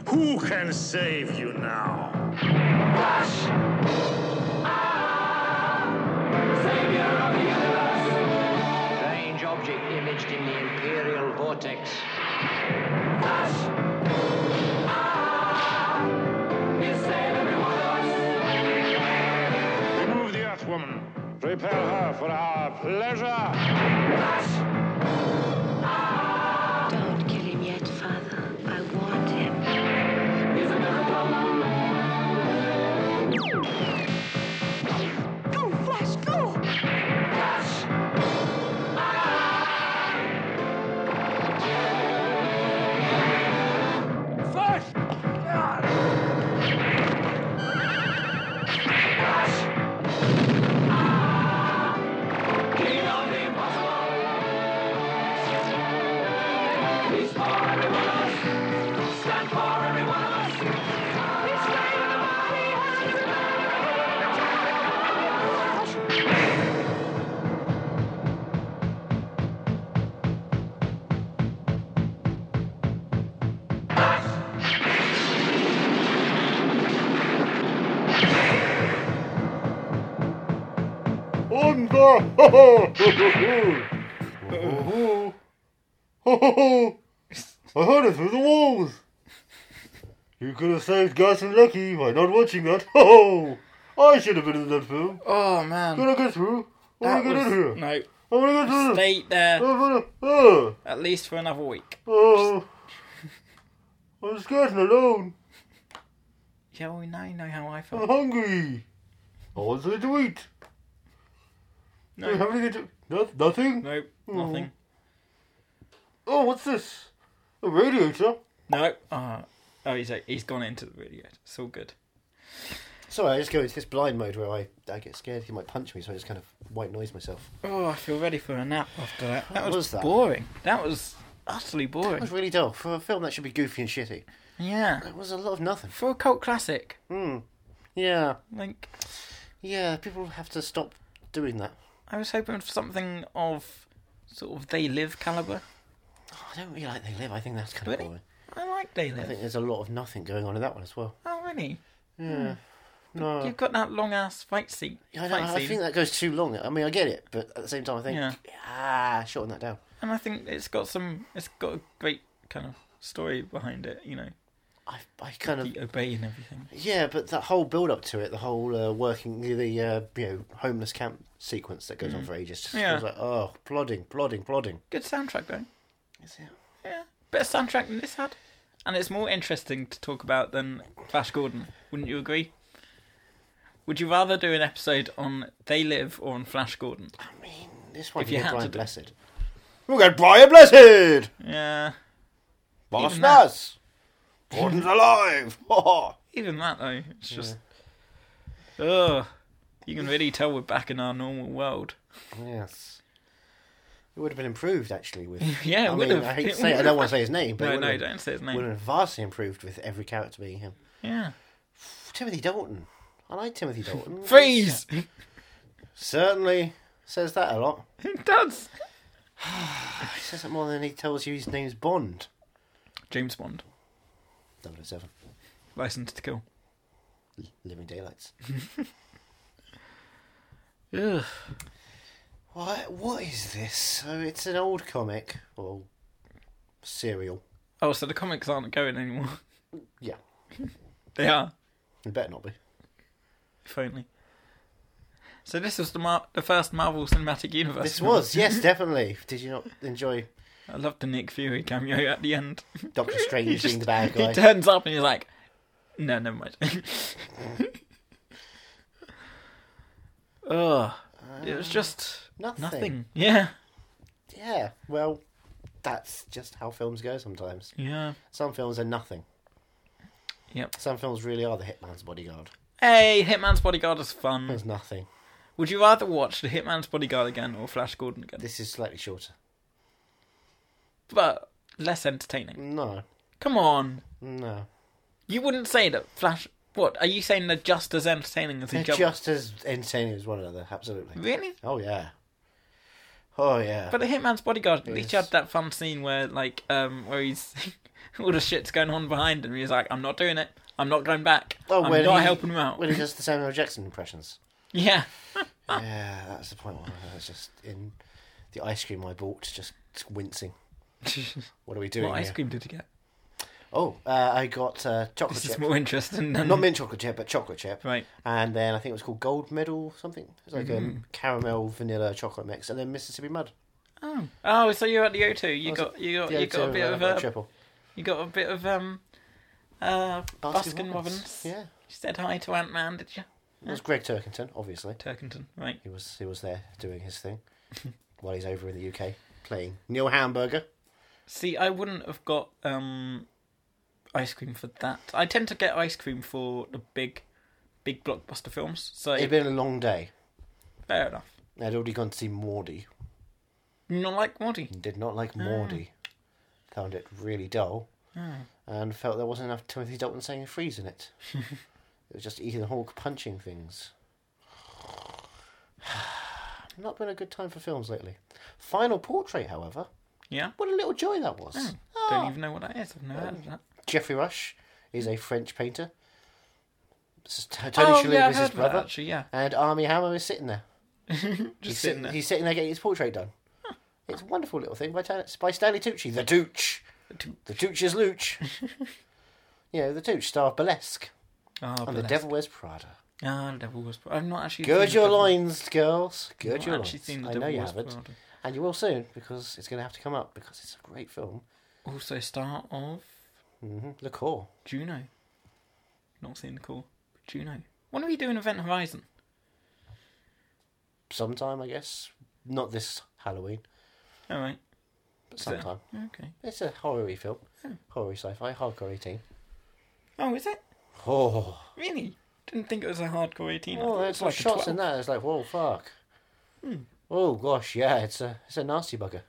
Speaker 5: Who can save you now?
Speaker 6: Strange object imaged in the Imperial vortex.
Speaker 5: Remove the Earthwoman. Prepare her for our pleasure.
Speaker 7: Don't kill him yet, Father. I warned him.
Speaker 8: Go, Flash, go!
Speaker 2: I heard it through the walls. You could have saved Gus and Lucky by not watching that. Oh, I should have been in that film.
Speaker 1: Oh man.
Speaker 2: Gotta get through. I
Speaker 1: That
Speaker 2: wanna get in here.
Speaker 1: was, no.
Speaker 2: I wanna get through.
Speaker 1: Stay there
Speaker 2: I wanna. Oh,
Speaker 1: at least for another week.
Speaker 2: oh. I'm scared and alone.
Speaker 1: Yeah, we now you know how I
Speaker 2: I'm
Speaker 1: feel.
Speaker 2: hungry. I want something to eat. Do you
Speaker 1: No.
Speaker 2: have anything to? No, nothing.
Speaker 1: Nope.
Speaker 2: Uh-huh.
Speaker 1: Nothing.
Speaker 2: Oh, what's this? A radiator.
Speaker 1: No. Oh, oh he's he's gone into the video. It's all good.
Speaker 2: Sorry, I just go into this blind mode where I, I get scared he might punch me, so I just kind of white noise myself.
Speaker 1: Oh, I feel ready for a nap after that. That was,
Speaker 2: was that?
Speaker 1: boring. That was utterly
Speaker 2: That
Speaker 1: boring.
Speaker 2: was really dull for a film that should be goofy and shitty.
Speaker 1: Yeah.
Speaker 2: It was a lot of nothing. Hmm.
Speaker 1: For a cult classic.
Speaker 2: Yeah,
Speaker 1: Like
Speaker 2: yeah. People have to stop doing that.
Speaker 1: I was hoping for something of sort of They Live caliber.
Speaker 2: I don't really like They Live. I think that's kind of
Speaker 1: Really?
Speaker 2: boring.
Speaker 1: I like They
Speaker 2: I think
Speaker 1: Live.
Speaker 2: there's a lot of nothing going on in that one as well.
Speaker 1: Oh really?
Speaker 2: No,
Speaker 1: You've got that long ass fight seat.
Speaker 2: Uh.
Speaker 1: fight
Speaker 2: I, don't, I
Speaker 1: scene.
Speaker 2: think that goes too long. I mean, I get it, but at the same time, I think
Speaker 1: Yeah.
Speaker 2: ah, shorten that down.
Speaker 1: and I think it's got some. It's got a great kind of story behind it. You know,
Speaker 2: I, I kind of
Speaker 1: the obey and everything.
Speaker 2: Yeah, but that whole build up to it, the whole uh, working the uh, you know homeless camp sequence that goes on for ages, just
Speaker 1: Mm. Yeah.
Speaker 2: feels like oh, plodding, plodding, plodding.
Speaker 1: Good soundtrack though.
Speaker 2: Is it?
Speaker 1: Yeah, better soundtrack than this had. And it's more interesting to talk about than Flash Gordon. Wouldn't you agree? Would you rather do an episode on They Live or on Flash Gordon?
Speaker 2: I mean, this one
Speaker 1: If
Speaker 2: you
Speaker 1: you
Speaker 2: get
Speaker 1: had
Speaker 2: Brian
Speaker 1: to do-
Speaker 2: Blessed. We'll get Brian Blessed.
Speaker 1: Yeah.
Speaker 2: Boss
Speaker 1: Even that.
Speaker 2: Nuss. Gordon's alive. Oh,
Speaker 1: Even that though, it's just. Ugh. You can really tell we're back in our normal world.
Speaker 2: yes. It would have been improved actually with.
Speaker 1: Yeah, it
Speaker 2: I
Speaker 1: would
Speaker 2: mean,
Speaker 1: have.
Speaker 2: I hate to
Speaker 1: It
Speaker 2: say, it, I
Speaker 1: would
Speaker 2: don't want to say his name, but
Speaker 1: No,
Speaker 2: it
Speaker 1: no,
Speaker 2: would
Speaker 1: don't say his
Speaker 2: Would
Speaker 1: name.
Speaker 2: have vastly improved with every character being him.
Speaker 1: Yeah.
Speaker 2: Timothy Dalton. I like Timothy Dalton.
Speaker 1: Freeze!
Speaker 2: Certainly says that a lot.
Speaker 1: it does.
Speaker 2: He says it more than he tells you his name's Bond.
Speaker 1: James Bond,
Speaker 2: 007.
Speaker 1: License to Kill.
Speaker 2: Living Daylights.
Speaker 1: Ugh.
Speaker 2: What? What is this? So it's an old comic or serial.
Speaker 1: Oh, so the comics aren't going anymore.
Speaker 2: Yeah,
Speaker 1: They are,
Speaker 2: it better not be.
Speaker 1: if only. So this was the mar- the first Marvel Cinematic Universe.
Speaker 2: This
Speaker 1: film.
Speaker 2: was yes, definitely. Did you not enjoy
Speaker 1: I love the Nick Fury cameo at the end.
Speaker 2: Doctor
Speaker 1: He
Speaker 2: Strange
Speaker 1: just-
Speaker 2: being the bad guy?
Speaker 1: He turns up and he's like, "No, never mind." Ugh. it was just
Speaker 2: Uh, nothing.
Speaker 1: nothing. Yeah,
Speaker 2: Yeah. Well, that's just how films go sometimes.
Speaker 1: yeah.
Speaker 2: Some films are nothing.
Speaker 1: Yep.
Speaker 2: Some films really are the hitman's bodyguard.
Speaker 1: Hey, Hitman's Bodyguard is fun.
Speaker 2: There's nothing.
Speaker 1: Would you rather watch the Hitman's Bodyguard again or Flash Gordon again?
Speaker 2: This is slightly shorter.
Speaker 1: But less entertaining.
Speaker 2: No.
Speaker 1: Come on.
Speaker 2: No.
Speaker 1: You wouldn't say that Flash. What are you saying? They're just as entertaining as
Speaker 2: They're
Speaker 1: each other.
Speaker 2: just as entertaining as one another. Absolutely.
Speaker 1: Really?
Speaker 2: Oh yeah. Oh yeah.
Speaker 1: But the Hitman's Bodyguard at least
Speaker 2: Yes.
Speaker 1: had that fun scene where, like, um, where he's all the shit's going on behind him. He's like, "I'm not doing it. I'm not going back. I'm
Speaker 2: Oh, when
Speaker 1: not
Speaker 2: he-
Speaker 1: helping him out."
Speaker 2: When he does the Samuel Jackson impressions.
Speaker 1: yeah, Ah.
Speaker 2: yeah, that's the point. Where I was just in the ice cream I bought, just wincing. What are we doing
Speaker 1: what
Speaker 2: here?
Speaker 1: ice cream did you get?
Speaker 2: Oh, uh, I got uh, chocolate
Speaker 1: This is
Speaker 2: chip.
Speaker 1: more interesting than
Speaker 2: Not mint chocolate chip, but chocolate chip.
Speaker 1: Right. Mm-hmm.
Speaker 2: And then I think it was called Gold Medal or something. It's like a caramel vanilla chocolate mix, and then Mississippi Mud.
Speaker 1: Oh, oh, so you're at the O2. You
Speaker 2: Was
Speaker 1: got, you got,
Speaker 2: Yeah,
Speaker 1: Oh, you got a
Speaker 2: so,
Speaker 1: bit
Speaker 2: uh,
Speaker 1: of,
Speaker 2: got
Speaker 1: uh,
Speaker 2: triple.
Speaker 1: you got a bit of um, uh, Baskin Robbins.
Speaker 2: Yeah,
Speaker 1: You said hi to Ant Man, did you?
Speaker 2: it was Greg Turkington, obviously.
Speaker 1: Turkington, right?
Speaker 2: He was he was there doing his thing while he's over in the UK playing Neil Hamburger.
Speaker 1: See, I wouldn't have got um, ice cream for that. I tend to get ice cream for the big, big blockbuster films. So
Speaker 2: It'd been a long day.
Speaker 1: fair enough.
Speaker 2: I'd already gone to see Mordy.
Speaker 1: Not like Morty.
Speaker 2: Did not like
Speaker 1: Mm.
Speaker 2: Mordy. Found it really dull.
Speaker 1: Mm.
Speaker 2: And felt there wasn't enough Timothy Dalton saying freeze in it. it was just Ethan Hawke punching things. not been a good time for films lately. Final Portrait, however,
Speaker 1: Yeah.
Speaker 2: what a little joy that was.
Speaker 1: Mm.
Speaker 2: Ah.
Speaker 1: Don't even know what that is. I've never heard of that.
Speaker 2: Geoffrey Rush is a French painter. This is T- Tony
Speaker 1: Oh
Speaker 2: Shalhoub
Speaker 1: yeah, I've
Speaker 2: is
Speaker 1: heard
Speaker 2: his
Speaker 1: of that
Speaker 2: brother.
Speaker 1: actually. Yeah.
Speaker 2: And Army Hammer is sitting there.
Speaker 1: Just
Speaker 2: he's
Speaker 1: sitting there.
Speaker 2: He's sitting there getting his portrait done. It's a wonderful little thing by, Ta- by Stanley Tucci. The Dooch. The Dooch is Looch. you know, the Dooch star of Burlesque.
Speaker 1: Oh,
Speaker 2: And the
Speaker 1: bless.
Speaker 2: Devil Wears Prada.
Speaker 1: Ah, the devil was. I've not actually.
Speaker 2: Gird
Speaker 1: seen
Speaker 2: your
Speaker 1: the devil.
Speaker 2: loins, girls. Gird
Speaker 1: I've
Speaker 2: your
Speaker 1: actually
Speaker 2: loins.
Speaker 1: seen the
Speaker 2: I
Speaker 1: devil
Speaker 2: know you
Speaker 1: Wears
Speaker 2: haven't.
Speaker 1: Prada.
Speaker 2: And you will soon because it's going to have to come up because it's a great film.
Speaker 1: Also, star of
Speaker 2: Mm-hmm. Le Corps.
Speaker 1: Juno. Not seen the call. But Juno. When are we doing Event Horizon?
Speaker 2: Sometime, I guess. Not this Halloween,
Speaker 1: All Oh, right.
Speaker 2: but
Speaker 1: So-
Speaker 2: sometime.
Speaker 1: Okay.
Speaker 2: It's a horror film.
Speaker 1: Hmm.
Speaker 2: Horror sci-fi, hardcore 18.
Speaker 1: Oh, is it?
Speaker 2: Oh,
Speaker 1: Really? Didn't think it was a hardcore 18. I
Speaker 2: oh
Speaker 1: thought it was
Speaker 2: there's
Speaker 1: like a Hmm.
Speaker 2: shots in
Speaker 1: 12.
Speaker 2: that. It's like, whoa, fuck. Oh, gosh, yeah, it's a it's a nasty bugger.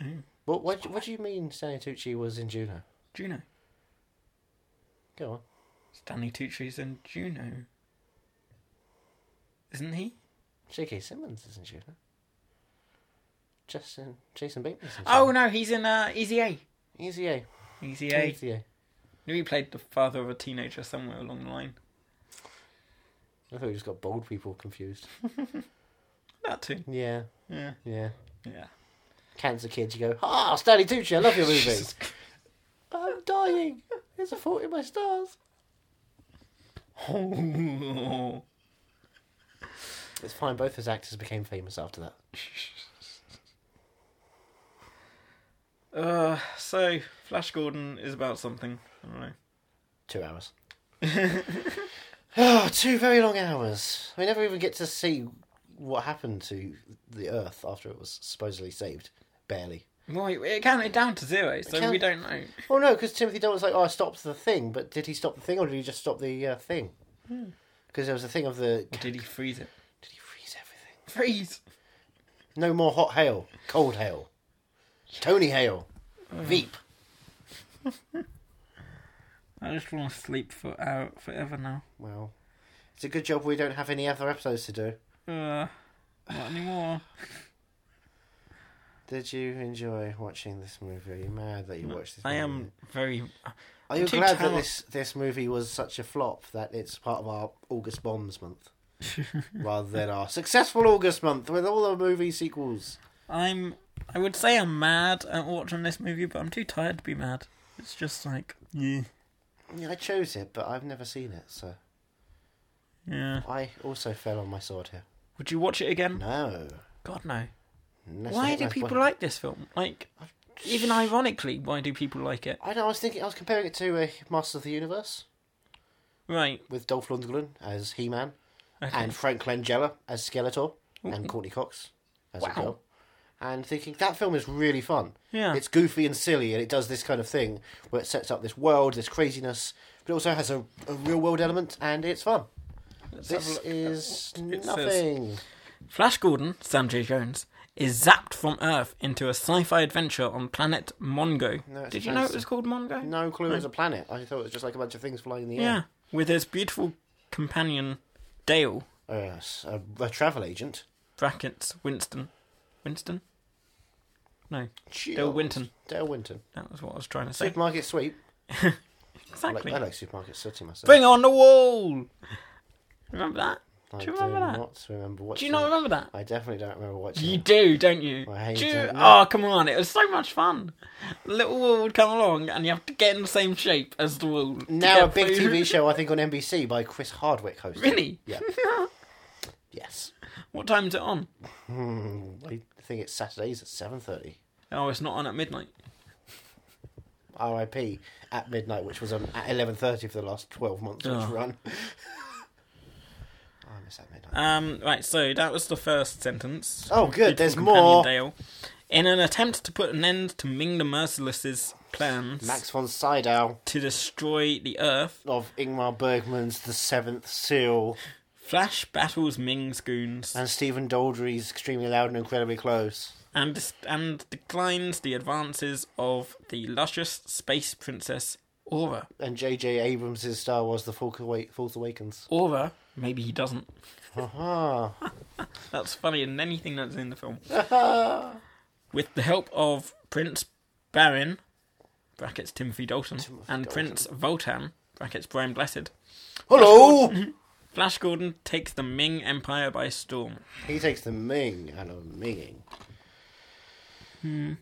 Speaker 1: Hmm.
Speaker 2: But what, what do you mean Stanley Tucci was in Juno?
Speaker 1: Juno.
Speaker 2: Go on.
Speaker 1: Stanley Tucci's in Juno. Isn't he?
Speaker 2: J.K. Simmons is in Juno. Justin, Jason Bateman's in
Speaker 1: Oh
Speaker 2: Juno.
Speaker 1: no, he's in uh, Easy A.
Speaker 2: Easy A.
Speaker 1: Easy A.
Speaker 2: Easy A.
Speaker 1: Knew he played the father of a teenager somewhere along the line.
Speaker 2: I thought we just got bold people confused.
Speaker 1: That too.
Speaker 2: yeah,
Speaker 1: Yeah.
Speaker 2: yeah.
Speaker 1: Yeah.
Speaker 2: Cancer kids, you go, ah, Stanley Tucci, I love your movie.
Speaker 1: Jesus
Speaker 2: I'm dying. There's a fault in my stars.
Speaker 1: Oh.
Speaker 2: It's fine. Both his actors became famous after that.
Speaker 1: Uh, so Flash Gordon is about something. I don't know.
Speaker 2: Two hours. oh, two very long hours. We never even get to see what happened to the Earth after it was supposedly saved. Barely.
Speaker 1: Well, it- it counted down to zero, so
Speaker 2: count-
Speaker 1: we don't know.
Speaker 2: Oh no, because Timothy Dalton's like, oh, I stopped the thing, but did he stop the thing or did he just stop the uh, thing? Because there was a thing of the.
Speaker 1: Or Hmm. did he freeze it?
Speaker 2: Did he freeze everything?
Speaker 1: Freeze.
Speaker 2: No more hot hail, cold hail, Tony hail,
Speaker 1: Oh.
Speaker 2: Veep.
Speaker 1: I just want to sleep for hour forever now.
Speaker 2: Well, it's a good job we don't have any other episodes to do.
Speaker 1: Uh, not anymore.
Speaker 2: Did you enjoy watching this movie? Are you mad that you watched this?
Speaker 1: I
Speaker 2: movie?
Speaker 1: am very.
Speaker 2: Are you
Speaker 1: too
Speaker 2: glad that
Speaker 1: terrible.
Speaker 2: this this movie was such a flop that it's part of our August bombs month? rather than our successful August month with all the movie sequels.
Speaker 1: I'm. I would say I'm mad at watching this movie, but I'm too tired to be mad. It's just like, yeah,
Speaker 2: Yeah, I chose it, but I've never seen it, so
Speaker 1: yeah.
Speaker 2: I also fell on my sword here.
Speaker 1: Would you watch it again?
Speaker 2: No.
Speaker 1: God no.
Speaker 2: Unless I
Speaker 1: Why
Speaker 2: hit
Speaker 1: do
Speaker 2: my
Speaker 1: people
Speaker 2: button.
Speaker 1: like this film? Like, even ironically, why do people like it?
Speaker 2: I know. I was thinking. I was comparing it to uh, Master of the Universe
Speaker 1: Right.
Speaker 2: with Dolph Lundgren as He-Man
Speaker 1: Okay.
Speaker 2: and Frank Langella as Skeletor and Courtney Cox as a girl, and thinking that film is really fun.
Speaker 1: Yeah.
Speaker 2: it's goofy and silly, and it does this kind of thing where it sets up this world, this craziness, but it also has a, a real world element, and it's fun.
Speaker 1: have a
Speaker 2: this
Speaker 1: look at
Speaker 2: is
Speaker 1: it says.
Speaker 2: nothing.
Speaker 1: Flash Gordon, Sam J. Jones, is zapped from Earth into a sci-fi adventure on planet Mongo.
Speaker 2: No, it's
Speaker 1: Did you know it
Speaker 2: fancy.
Speaker 1: was called Mongo?
Speaker 2: No clue it was a planet. I thought it was just like a bunch of things flying in the
Speaker 1: Yeah.
Speaker 2: air.
Speaker 1: With his beautiful companion Dale
Speaker 2: Uh, s- a, a travel agent.
Speaker 1: brackets Winston. Winston? No. Dale Winton.
Speaker 2: Dale Winton.
Speaker 1: That was what I was trying to say.
Speaker 2: Supermarket sweep. I like,
Speaker 1: Exactly.
Speaker 2: I like Supermarket City myself.
Speaker 1: Bring on the wall. Remember that?
Speaker 2: I
Speaker 1: Do you remember
Speaker 2: do
Speaker 1: that?
Speaker 2: not remember watching
Speaker 1: Do you not
Speaker 2: it.
Speaker 1: remember that?
Speaker 2: I definitely don't remember watching
Speaker 1: You
Speaker 2: it.
Speaker 1: do, don't you?
Speaker 2: I hate
Speaker 1: do you-
Speaker 2: it.
Speaker 1: Oh, come on. It was so much fun. The little wall would come along and you have to get in the same shape as the wall. to
Speaker 2: Now a
Speaker 1: get
Speaker 2: big
Speaker 1: through.
Speaker 2: TV show, I think, on NBC by Chris Hardwick hosting.
Speaker 1: Really?
Speaker 2: Yeah. Yes.
Speaker 1: What time is it on?
Speaker 2: I think it's Saturdays at 7.30.
Speaker 1: Oh, it's not on at midnight.
Speaker 2: RIP at midnight, which was um, at 11.30 for the last 12 months, which
Speaker 1: Oh.
Speaker 2: run. I miss at midnight.
Speaker 1: Um, right, so that was the first sentence.
Speaker 2: Oh, good, there's
Speaker 1: Companion
Speaker 2: more.
Speaker 1: Dale. In an attempt to put an end to Ming the Merciless's plans
Speaker 2: Max von Sydow
Speaker 1: to destroy the Earth,
Speaker 2: of Ingmar Bergman's The Seventh Seal
Speaker 1: Flash battles Ming's goons
Speaker 2: and Stephen Daldry's Extremely Loud and Incredibly Close.
Speaker 1: and dis- and declines the advances of the luscious space princess Aura.
Speaker 2: and J.J. Abrams' Star Wars: The Force, Awa- Force Awakens.
Speaker 1: Aura, maybe he doesn't.
Speaker 2: Ah,
Speaker 1: That's funnier than anything that's in the film. With the help of Prince Baron, brackets Timothy Dalton, and Prince Voltan, brackets Brian Blessed,
Speaker 2: hello.
Speaker 1: Flash Gordon takes the Ming Empire by storm.
Speaker 2: he takes the Ming and a Minging.
Speaker 1: Hmm.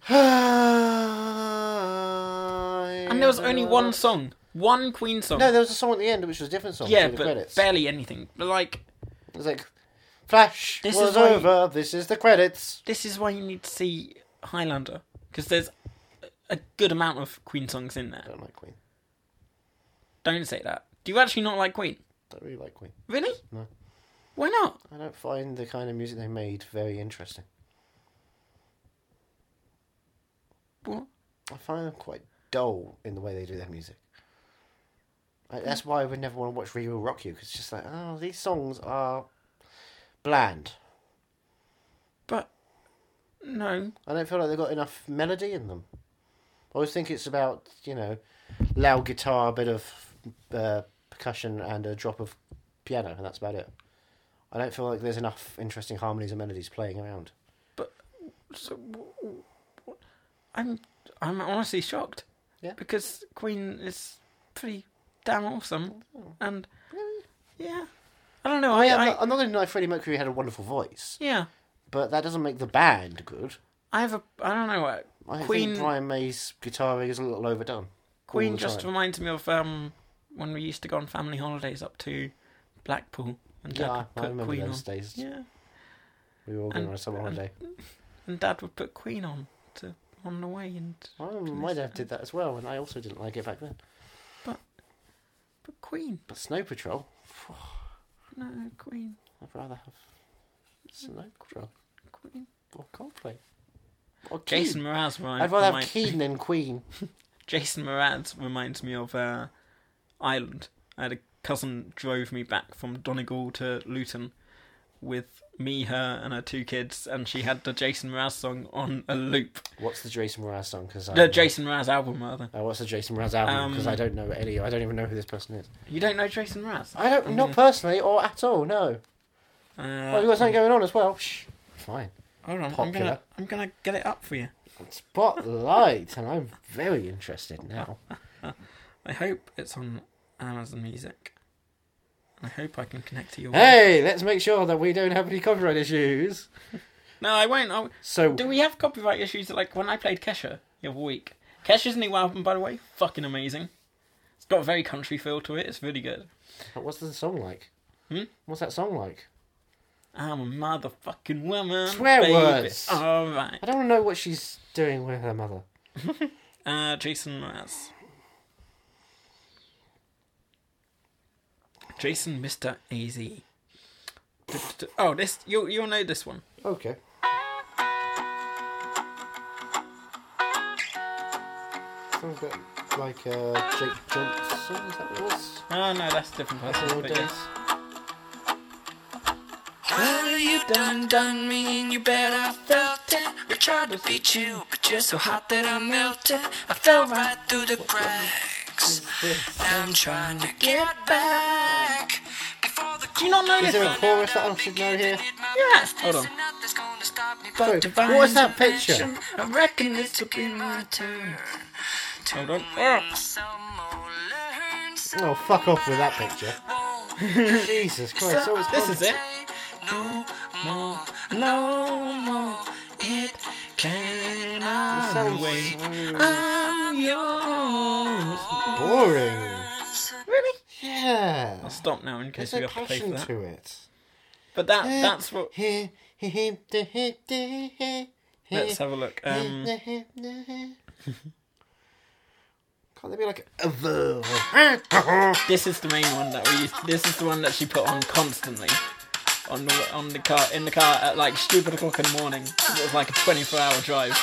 Speaker 1: And there was only one song, one Queen song.
Speaker 2: No, there was a song at the end which was a different song.
Speaker 1: yeah,
Speaker 2: through the
Speaker 1: but
Speaker 2: credits.
Speaker 1: barely anything. But like,
Speaker 2: it was like Flash
Speaker 1: This
Speaker 2: was
Speaker 1: is why-
Speaker 2: over. This is the credits.
Speaker 1: this is why you need to see Highlander because there's a good amount of Queen songs in
Speaker 2: I
Speaker 1: there.
Speaker 2: don't like Queen.
Speaker 1: Don't say that. Do you actually not like Queen?
Speaker 2: Don't really like Queen.
Speaker 1: Really?
Speaker 2: No.
Speaker 1: Why not?
Speaker 2: I don't find the kind of music they made very interesting.
Speaker 1: What?
Speaker 2: I find them quite dull in the way they do their music. Like, that's why I would never want to watch We Will Rock You because it's just like, oh, these songs are bland.
Speaker 1: But no.
Speaker 2: I don't feel like they've got enough melody in them. I always think it's about you know, loud guitar, a bit of uh, percussion, and a drop of piano, and that's about it. I don't feel like there's enough interesting harmonies and melodies playing around.
Speaker 1: So, wh- wh- I'm I'm honestly shocked.
Speaker 2: Yeah.
Speaker 1: Because Queen is pretty damn awesome, and yeah, I don't know. I,
Speaker 2: Oh. I am
Speaker 1: I-
Speaker 2: not, I'm not going to deny Freddie Mercury had a wonderful voice,
Speaker 1: yeah,
Speaker 2: but that doesn't make the band good.
Speaker 1: I have a I don't know. uh,
Speaker 2: I
Speaker 1: Queen
Speaker 2: think Brian May's guitaring is a little overdone. all
Speaker 1: Queen
Speaker 2: the
Speaker 1: just
Speaker 2: time.
Speaker 1: reminds me of um when we used to go on family holidays up to Blackpool and Dad
Speaker 2: Yeah,
Speaker 1: would
Speaker 2: I
Speaker 1: put
Speaker 2: remember
Speaker 1: Queen
Speaker 2: those
Speaker 1: on.
Speaker 2: days.
Speaker 1: Yeah,
Speaker 2: We were all going
Speaker 1: And-
Speaker 2: on a summer
Speaker 1: and-
Speaker 2: holiday.
Speaker 1: and Dad would put Queen on to on the way and
Speaker 2: I remember my dad did that as well, and I also didn't like it back then.
Speaker 1: but Queen,
Speaker 2: But Snow Patrol,
Speaker 1: no Queen,
Speaker 2: I'd rather have Snow Patrol
Speaker 1: Queen.
Speaker 2: or Coldplay. Or
Speaker 1: Jason
Speaker 2: Keane.
Speaker 1: Mraz reminds
Speaker 2: I'd rather have
Speaker 1: remind-
Speaker 2: Keen than Queen.
Speaker 1: Jason Mraz reminds me of uh, Ireland. I had a cousin drove me back from Donegal to Luton with me, her, and her two kids, and she had the Jason Mraz song on a loop.
Speaker 2: What's the Jason Mraz song? Because
Speaker 1: The Jason Mraz album, rather.
Speaker 2: Uh, what's the Jason Mraz album? Because
Speaker 1: Um,
Speaker 2: I don't know any. I don't even know who this person is.
Speaker 1: You don't know Jason Mraz?
Speaker 2: I don't, not personally or at all. No.
Speaker 1: Uh,
Speaker 2: Well, you got something going on as well. Shh. Fine.
Speaker 1: hold on, I'm
Speaker 2: popular.
Speaker 1: gonna, I'm gonna get it up for you.
Speaker 2: Spotlight, and I'm very interested now.
Speaker 1: I hope it's on Amazon Music. I hope I can connect to your.
Speaker 2: Hey, let's make sure that we don't have any copyright issues.
Speaker 1: No, I won't. I won't.
Speaker 2: So,
Speaker 1: Do we have copyright issues? Like when I played Kesha the other week. Kesha's new album, by the way, fucking amazing. It's got a very country feel to it. It's really good.
Speaker 2: what's the song like?
Speaker 1: Hmm?
Speaker 2: What's that song like?
Speaker 1: I'm a motherfucking woman.
Speaker 2: Swear
Speaker 1: baby.
Speaker 2: words.
Speaker 1: All right.
Speaker 2: I don't know what she's doing with her mother.
Speaker 1: Uh, Jason Mraz. Jason, Mr. AZ. Du- du- du- Oh, this you you'll know this one.
Speaker 2: Okay. Sounds a bit like uh, Jake Johnson, is that what it was?
Speaker 1: Oh no, that's a different
Speaker 2: Back in the
Speaker 1: person.
Speaker 2: old
Speaker 1: but yeah.
Speaker 2: days.
Speaker 8: Well, you done done me and you bet I felt it. I tried to beat you, but you're so hot that I melted. I fell right through the cracks. Now I'm trying to get back. Before the
Speaker 1: Do you not know
Speaker 2: Is
Speaker 1: this
Speaker 2: there a
Speaker 1: one?
Speaker 2: chorus that I should know here?
Speaker 1: Yeah. Hold on.
Speaker 2: Sorry,
Speaker 8: divine
Speaker 2: what is that picture?
Speaker 8: I reckon this will be my turn. To
Speaker 1: Hold on.
Speaker 8: win some or learn some.
Speaker 2: Oh, fuck off with that picture.
Speaker 8: Won't
Speaker 2: Jesus Christ, so it's
Speaker 1: This is it.
Speaker 8: say no more, no more. It cannot
Speaker 2: sounds
Speaker 1: Wait.
Speaker 8: I'm yours.
Speaker 2: boring.
Speaker 1: Really?
Speaker 2: Yeah.
Speaker 1: I'll stop now in
Speaker 2: There's
Speaker 1: case we
Speaker 2: no
Speaker 1: have to pay for
Speaker 2: passion
Speaker 1: that.
Speaker 2: to it.
Speaker 1: But that that's what. Let's
Speaker 2: Let's
Speaker 1: have a look. Um,
Speaker 2: Can't there be like a.
Speaker 1: this is the main one that we. Used, this is the one that she put on constantly, on the on the car in the car at like stupid o'clock in the morning. It was like a 24-hour drive.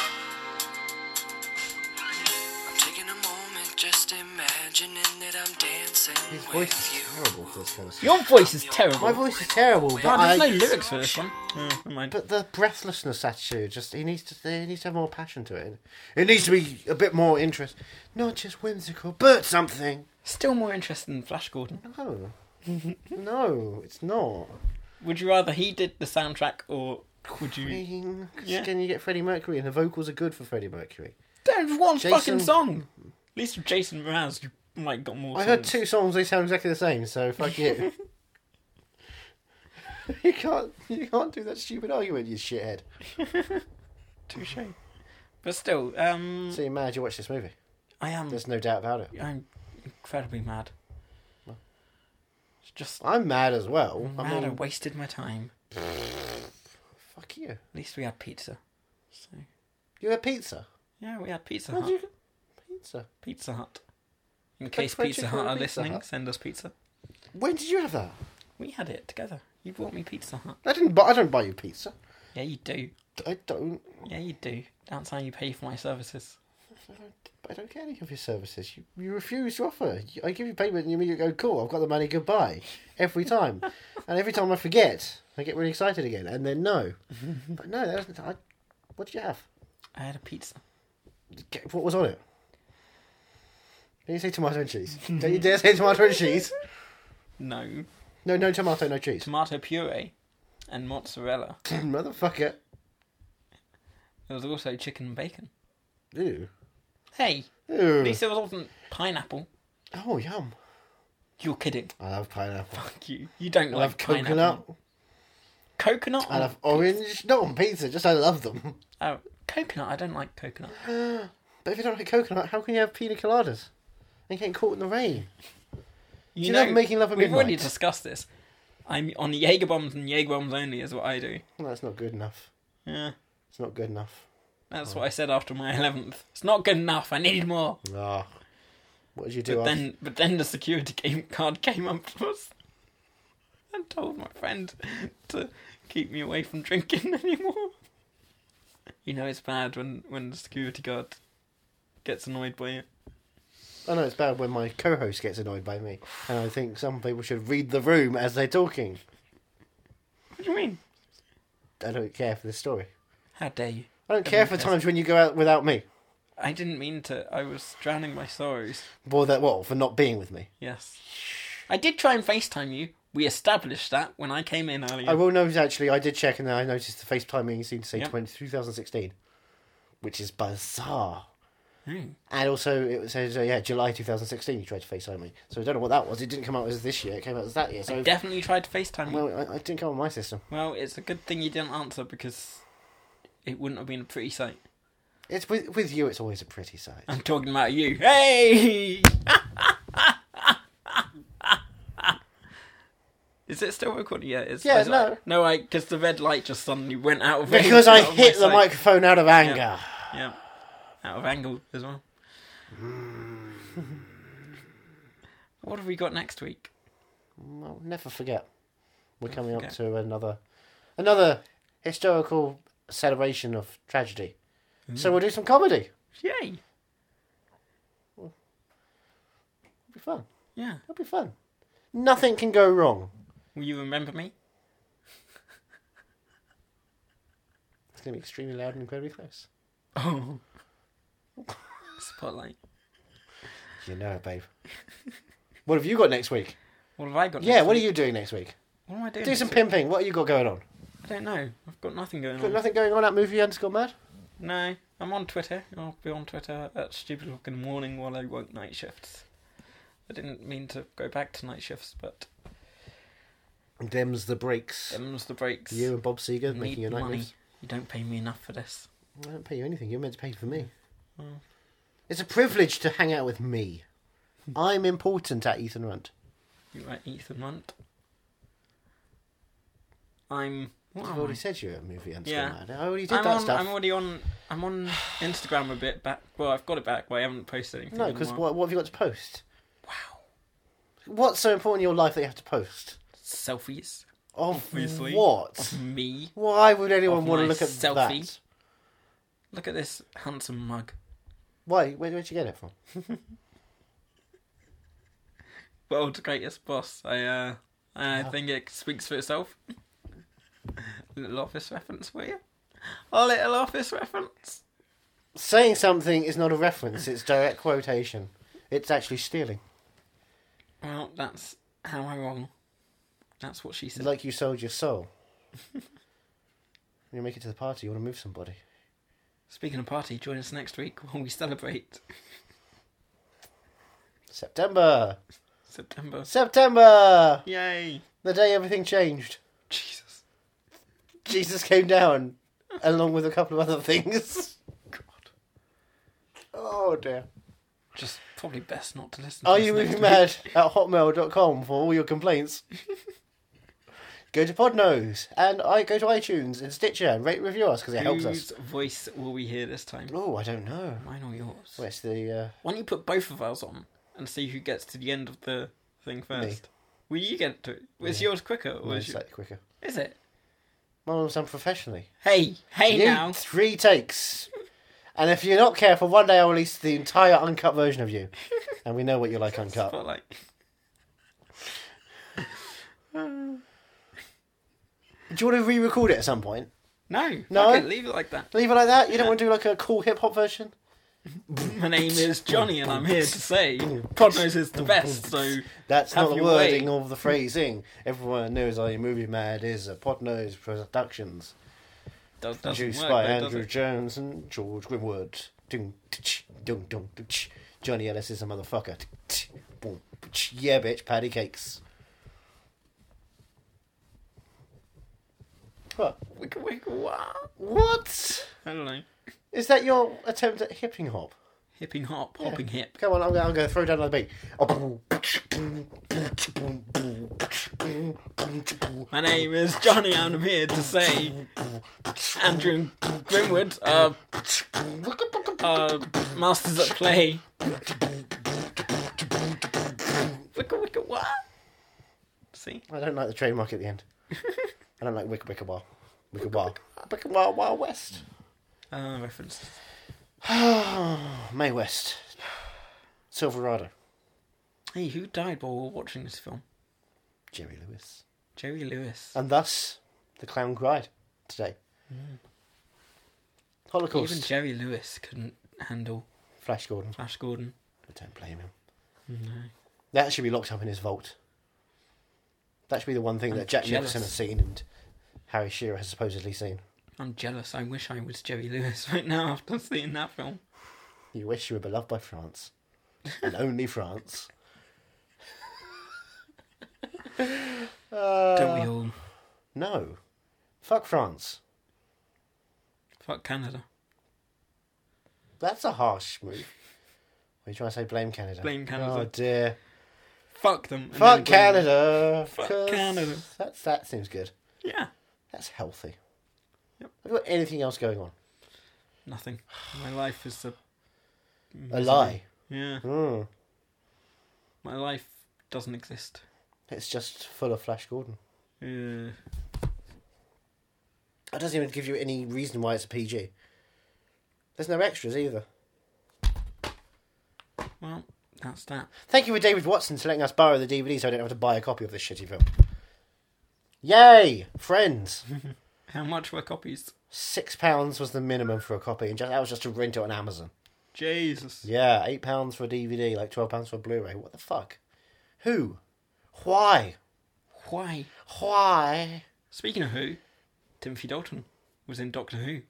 Speaker 8: Taking a moment, just imagining that I'm dancing
Speaker 2: His voice
Speaker 8: with
Speaker 2: is
Speaker 8: you.
Speaker 2: terrible for this kind of stuff.
Speaker 1: Your voice is terrible.
Speaker 2: My voice is terrible, but
Speaker 1: Oh,
Speaker 2: I.
Speaker 1: there's no lyrics for this one. Oh, never mind.
Speaker 2: But the breathlessness attitude, just he needs to he needs to have more passion to it. It needs to be a bit more interest, not just whimsical, but something.
Speaker 1: Still more interested in Flash Gordon.
Speaker 2: No, no, it's not.
Speaker 1: Would you rather he did the soundtrack or would you?
Speaker 2: Freaking- 'cause
Speaker 1: Yeah.
Speaker 2: Can you get Freddie Mercury? And the vocals are good for Freddie Mercury.
Speaker 1: There's one
Speaker 2: Jason-
Speaker 1: fucking song. At least with Jason Mraz, you might got more.
Speaker 2: I heard
Speaker 1: songs.
Speaker 2: two songs. They sound exactly the same. So fuck you. you can't. You can't do that stupid argument, you shithead.
Speaker 1: Touche. But still, um,
Speaker 2: So you're mad you watched this movie.
Speaker 1: I am.
Speaker 2: There's no doubt about it.
Speaker 1: I'm incredibly mad. It's just
Speaker 2: I'm mad as well. I
Speaker 1: mad. I
Speaker 2: mean,
Speaker 1: wasted my time.
Speaker 2: fuck you.
Speaker 1: At least we had pizza. So
Speaker 2: You had pizza.
Speaker 1: yeah, we had Pizza
Speaker 2: How
Speaker 1: Hut.
Speaker 2: did you get pizza?
Speaker 1: Pizza Hut. In case
Speaker 2: fried
Speaker 1: Pizza
Speaker 2: chicken
Speaker 1: Hut
Speaker 2: and
Speaker 1: are
Speaker 2: Pizza
Speaker 1: listening,
Speaker 2: Hut.
Speaker 1: send us pizza.
Speaker 2: When did you have that?
Speaker 1: We had it together. You bought me Pizza Hut.
Speaker 2: I didn't. Buy, I don't buy you pizza.
Speaker 1: Yeah, you do.
Speaker 2: I don't.
Speaker 1: Yeah, you do. That's how you pay for my services.
Speaker 2: I don't- I don't get any of your services. You, you refuse to offer. You- I give you payment and you immediately go, cool, I've got the money, goodbye. Every time. and every time I forget, I get really excited again. And then no. but no, that wasn't. I, what did you have?
Speaker 1: I had a pizza.
Speaker 2: Get- What was on it? Don't you say tomato and cheese? don't you dare say tomato and cheese.
Speaker 1: No
Speaker 2: No, no tomato, no cheese.
Speaker 1: tomato puree, and mozzarella.
Speaker 2: Motherfucker.
Speaker 1: There was also chicken and bacon.
Speaker 2: Ew.
Speaker 1: Hey, at
Speaker 2: Ew.
Speaker 1: least there wasn't pineapple.
Speaker 2: Oh, yum.
Speaker 1: You're kidding.
Speaker 2: I love pineapple.
Speaker 1: Fuck you. You don't
Speaker 2: I
Speaker 1: like
Speaker 2: love coconut.
Speaker 1: pineapple. Coconut.
Speaker 2: I love orange. Not on pizza, just I love them.
Speaker 1: Oh, coconut. I don't like coconut.
Speaker 2: But if you don't like coconut, how can you have pina coladas? And getting caught in the rain.
Speaker 1: You,
Speaker 2: you love making love at
Speaker 1: We've already
Speaker 2: midnight?
Speaker 1: discussed this. I'm on Jaeger bombs and Jaeger bombs only is what I do.
Speaker 2: Well, that's not good enough.
Speaker 1: Yeah,
Speaker 2: It's not good enough.
Speaker 1: that's
Speaker 2: Oh.
Speaker 1: what I said after my eleventh. It's not good enough. I need more.
Speaker 2: Ah. What did you do?
Speaker 1: But
Speaker 2: after-
Speaker 1: then, but then the security game card came up to us and told my friend to keep me away from drinking anymore. You know it's bad when when the security guard gets annoyed by it.
Speaker 2: I know it's bad when my co host gets annoyed by me. And I think some people should read the room as they're talking.
Speaker 1: What do you mean?
Speaker 2: I don't care for this story.
Speaker 1: How dare you?
Speaker 2: I don't care for times when you go out without me.
Speaker 1: I didn't mean to. I was drowning my sorrows.
Speaker 2: Well, that what? For not being with me.
Speaker 1: Yes. I did try and FaceTime you. We established that when I came in earlier.
Speaker 2: I will notice, actually, I did check and I noticed the FaceTime meeting seemed to say
Speaker 1: Yep.
Speaker 2: 20, 2016, which is bizarre.
Speaker 1: Hmm.
Speaker 2: And also, it says, uh, yeah, July 2016, you tried to FaceTime me. So I don't know what that was. It didn't come out as this year, it came out as that year. So,
Speaker 1: Definitely tried to FaceTime me.
Speaker 2: well, I, I didn't come on my system.
Speaker 1: Well, it's a good thing you didn't answer because it wouldn't have been a pretty sight.
Speaker 2: It's with, with you, it's always a pretty sight.
Speaker 1: I'm talking about you. Hey! Is it still recording? Yeah, it's.
Speaker 2: Yeah,
Speaker 1: it's
Speaker 2: no.
Speaker 1: like- no, I because the red light just suddenly went out of
Speaker 2: Because I
Speaker 1: out of my
Speaker 2: hit the
Speaker 1: sight.
Speaker 2: microphone out of anger.
Speaker 1: Yeah, out of angle as well.
Speaker 2: Hmm.
Speaker 1: what have we got next week?
Speaker 2: I'll never forget. We're coming up
Speaker 1: forget.
Speaker 2: to another another historical celebration of tragedy.
Speaker 1: Hmm.
Speaker 2: So we'll do some comedy.
Speaker 1: Yay!
Speaker 2: It'll be fun.
Speaker 1: Yeah.
Speaker 2: It'll be fun. Nothing can go wrong.
Speaker 1: Will you remember me?
Speaker 2: It's going to be extremely loud and incredibly close.
Speaker 1: Oh. Spotlight.
Speaker 2: You know it, babe. what have you got next week?
Speaker 1: What have I got?
Speaker 2: Yeah,
Speaker 1: next
Speaker 2: what are
Speaker 1: week?
Speaker 2: you doing next week? Mm.
Speaker 1: What am I doing?
Speaker 2: Do
Speaker 1: next
Speaker 2: some
Speaker 1: week?
Speaker 2: pimping. What have you got going on?
Speaker 1: I don't know. I've got nothing going
Speaker 2: Got
Speaker 1: on.
Speaker 2: nothing going on at movie underscore mad?
Speaker 1: No, I'm on Twitter. I'll be on Twitter at stupid o'clock in the morning while I work night shifts. I didn't mean to go back to night shifts, but
Speaker 2: Them's the breaks.
Speaker 1: them's the breaks.
Speaker 2: You and Bob Seger
Speaker 1: Need
Speaker 2: making your night
Speaker 1: money.
Speaker 2: moves.
Speaker 1: You don't pay me enough for this.
Speaker 2: I don't pay you anything. You're meant to pay for me. It's a privilege to hang out with me. I'm important at Ethan Runt.
Speaker 1: You right, Ethan Munt? I'm. What
Speaker 2: I've
Speaker 1: am
Speaker 2: already
Speaker 1: I?
Speaker 2: said you're a movie and
Speaker 1: Yeah.
Speaker 2: yeah. I already did
Speaker 1: I'm
Speaker 2: that
Speaker 1: on,
Speaker 2: stuff.
Speaker 1: I'm already on. I'm on Instagram a bit back. Well, I've got it back, but I haven't posted anything.
Speaker 2: no,
Speaker 1: in a
Speaker 2: because
Speaker 1: while.
Speaker 2: what, what have you got to post? Wow. What's so important in your life that you have to post?
Speaker 1: selfies.
Speaker 2: Of
Speaker 1: Obviously.
Speaker 2: what?
Speaker 1: Me.
Speaker 2: Why would anyone
Speaker 1: Of
Speaker 2: want to
Speaker 1: my
Speaker 2: look at
Speaker 1: selfie.
Speaker 2: that?
Speaker 1: Look at this handsome mug.
Speaker 2: Why? Where did you get it from?
Speaker 1: world's greatest boss. I uh, I think it speaks for itself. little office reference for you. A little office reference.
Speaker 2: Saying something is not a reference, it's direct quotation. It's actually stealing.
Speaker 1: Well, that's how I roll. That's what she said.
Speaker 2: Like you sold your soul. when you make it to the party, you want to move somebody.
Speaker 1: Speaking of party, join us next week when we celebrate
Speaker 2: September!
Speaker 1: September.
Speaker 2: September!
Speaker 1: Yay!
Speaker 2: The day everything changed.
Speaker 1: Jesus.
Speaker 2: Jesus came down, along with a couple of other things. God. Oh dear.
Speaker 1: Just probably best not to listen.
Speaker 2: Are
Speaker 1: to
Speaker 2: you
Speaker 1: this next
Speaker 2: moving
Speaker 1: week.
Speaker 2: mad at hotmail.com for all your complaints? go to Podnose and I go to iTunes and Stitcher and rate and review us because it helps
Speaker 1: Whose
Speaker 2: us.
Speaker 1: voice will we hear this time?
Speaker 2: Oh, I don't know.
Speaker 1: Mine or yours?
Speaker 2: Well, it's the uh,
Speaker 1: Why don't you put both of ours on and see who gets to the end of the thing first? Will you get to it? Is yours quicker? Or
Speaker 2: mine's
Speaker 1: is, your...
Speaker 2: slightly quicker.
Speaker 1: is it?
Speaker 2: Mine was done professionally.
Speaker 1: Hey, hey
Speaker 2: You
Speaker 1: now.
Speaker 2: three takes. And if you're not careful, one day I'll release the entire uncut version of you. And we know what you like uncut.
Speaker 1: But like,
Speaker 2: Do you want to re-record it at some point?
Speaker 1: no,
Speaker 2: No?
Speaker 1: fuck it, leave it like that.
Speaker 2: Leave it like that. You don't want to do like a cool hip hop version.
Speaker 1: My name is Johnny, and I'm here to say Podnose is the best. So
Speaker 2: That's
Speaker 1: Have
Speaker 2: not the
Speaker 1: your
Speaker 2: wording
Speaker 1: way.
Speaker 2: of the phrasing. Everyone knows I Am Movie Mad is a Podnose Productions,
Speaker 1: does doesn't
Speaker 2: produced
Speaker 1: work,
Speaker 2: by
Speaker 1: though, does
Speaker 2: Andrew
Speaker 1: it?
Speaker 2: Jones and George Grimwood. Ding, tch, dung, dung, tch. Johnny Ellis is a motherfucker. Tch, tch, boom, tch. Yeah, bitch, patty cakes. What?
Speaker 1: Wiggle, wiggle, wow.
Speaker 2: What?
Speaker 1: I don't know.
Speaker 2: Is that your attempt at hipping hop?
Speaker 1: Hipping hop, hopping hip.
Speaker 2: Come on, I'm going, I'm going to throw down another beat. Oh,
Speaker 1: My name is Johnny, and I'm here to say Andrew Grimwood are uh, masters at play. Wiggle, wiggle, wow. See,
Speaker 2: I don't like the trademark at the end. I don't like Wicca Wicca Bar. Wicca Bar. Wicca Bar Wild West.
Speaker 1: uh, references.
Speaker 2: Oh, May West. Silverado.
Speaker 1: Hey, who died while we were watching this film?
Speaker 2: Jerry Lewis.
Speaker 1: Jerry Lewis.
Speaker 2: And thus, the clown cried today. Mm. Holocaust.
Speaker 1: Even Jerry Lewis couldn't handle
Speaker 2: Flash Gordon.
Speaker 1: Flash Gordon.
Speaker 2: I don't blame him. No. That should be locked up in his vault. That should be the one thing that Jack
Speaker 1: jealous.
Speaker 2: Nicholson has seen and Harry Shearer has supposedly seen.
Speaker 1: I'm jealous. I wish I was Jerry Lewis right now after seeing that film.
Speaker 2: You wish you were beloved by France. And only France. Uh,
Speaker 1: Don't we all?
Speaker 2: No. Fuck France.
Speaker 1: Fuck Canada.
Speaker 2: That's a harsh move. Are you trying to say blame Canada?
Speaker 1: Blame Canada.
Speaker 2: Oh dear.
Speaker 1: Fuck them. and
Speaker 2: Fuck
Speaker 1: then blame them.
Speaker 2: Canada.
Speaker 1: Fuck
Speaker 2: 'cause
Speaker 1: Canada.
Speaker 2: That's, that seems good.
Speaker 1: Yeah.
Speaker 2: That's healthy.
Speaker 1: Yep.
Speaker 2: Have you got anything else going on?
Speaker 1: Nothing. My life is a Mm-hmm.
Speaker 2: A lie.
Speaker 1: yeah.
Speaker 2: Hmm.
Speaker 1: My life doesn't exist.
Speaker 2: It's just full of Flash Gordon.
Speaker 1: Uh,
Speaker 2: That doesn't even give you any reason why it's a PG. There's no extras either.
Speaker 1: well, that's that.
Speaker 2: Thank you for David Watson for letting us borrow the DVD so I don't have to buy a copy of this shitty film. Yay! Friends!
Speaker 1: How much were copies?
Speaker 2: Six pounds was the minimum for a copy, and just, that was just to rent it on Amazon.
Speaker 1: Jesus.
Speaker 2: Yeah, eight pounds for a DVD, like twelve pounds for a Blu-ray. What the fuck? Who? Why?
Speaker 1: Why?
Speaker 2: Why?
Speaker 1: Speaking of who, Timothy Dalton was in Doctor Who.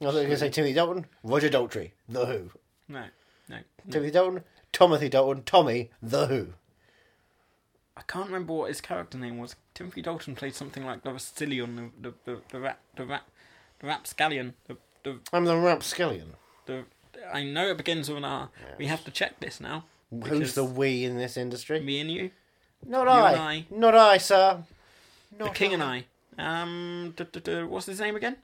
Speaker 2: I was going to say Timothy Dalton, Roger Daltrey, The Who.
Speaker 1: No, no. no.
Speaker 2: Timothy Dalton, Timothy Dalton, Tommy, The Who.
Speaker 1: I can't remember what his character name was. Timothy Dalton played something like the Vasilion, the the the, the rap the rap the rapscallion. The, the
Speaker 2: I'm the rapscallion.
Speaker 1: the I know it begins with an R. We have to check this now.
Speaker 2: Who's
Speaker 1: because
Speaker 2: the we in this industry?
Speaker 1: me and you?
Speaker 2: Not
Speaker 1: You
Speaker 2: I.
Speaker 1: and I.
Speaker 2: Not I, sir. Not
Speaker 1: The King and I. Um, duh, duh, duh, what's his name again?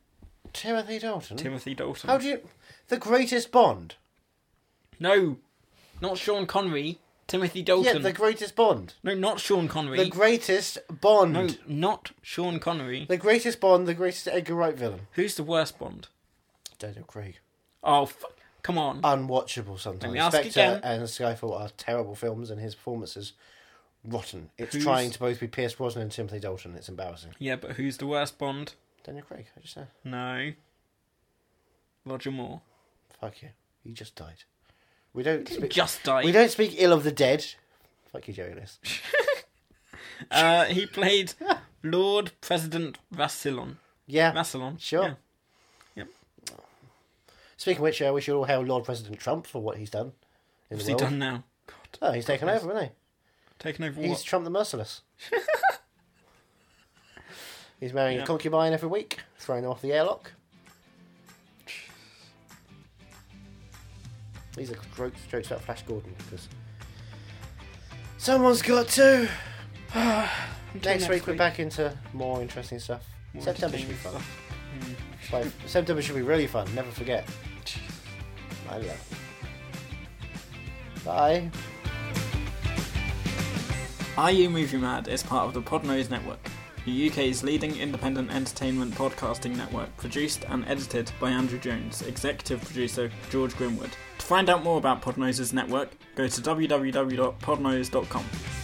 Speaker 2: Timothy Dalton.
Speaker 1: Timothy Dalton.
Speaker 2: How do you? The greatest Bond.
Speaker 1: No, not Sean Connery. Timothy Dalton.
Speaker 2: Yeah, the greatest Bond.
Speaker 1: No, not Sean Connery.
Speaker 2: The greatest Bond.
Speaker 1: no, not Sean Connery.
Speaker 2: The greatest Bond. The greatest Edgar Wright villain.
Speaker 1: Who's the worst Bond?
Speaker 2: Daniel Craig.
Speaker 1: Oh, f- come on.
Speaker 2: Uh, Unwatchable sometimes.
Speaker 1: Let me ask
Speaker 2: Spectre
Speaker 1: again.
Speaker 2: and Skyfall are terrible films, and his performances rotten. It's
Speaker 1: Who's-
Speaker 2: trying to both be Pierce Brosnan and Timothy Dalton. It's embarrassing.
Speaker 1: yeah, but who's the worst Bond?
Speaker 2: Daniel Craig. I just uh, said,
Speaker 1: No. Roger Moore.
Speaker 2: fuck you. He just died. We don't. Speak,
Speaker 1: Just died.
Speaker 2: we don't speak ill of the dead. Fuck you, Jerry Lewis.
Speaker 1: Uh, he played Lord President Vassilon.
Speaker 2: Yeah.
Speaker 1: Vassilon.
Speaker 2: Sure.
Speaker 1: Yeah.
Speaker 2: Speaking of which, uh, we should all hail Lord President Trump for what he's done. In
Speaker 1: What's
Speaker 2: the
Speaker 1: he
Speaker 2: world.
Speaker 1: done now? God,
Speaker 2: Oh, he's taken over, isn't
Speaker 1: taken over
Speaker 2: he? He's
Speaker 1: what?
Speaker 2: Trump the Merciless. he's marrying a concubine every week, throwing her off the airlock. These are jokes, jokes about Flash Gordon because someone's got to. next
Speaker 1: next
Speaker 2: week, we're
Speaker 1: week.
Speaker 2: back into more interesting stuff. September should be fun. Like, September should be really fun. Never forget. I love. it. Bye.
Speaker 1: Are You Movie Mad is part of the Podnose Network, the UK's leading independent entertainment podcasting network, produced and edited by Andrew Jones, executive producer George Grimwood. To find out more about Podnose's network, go to www.podnose.com.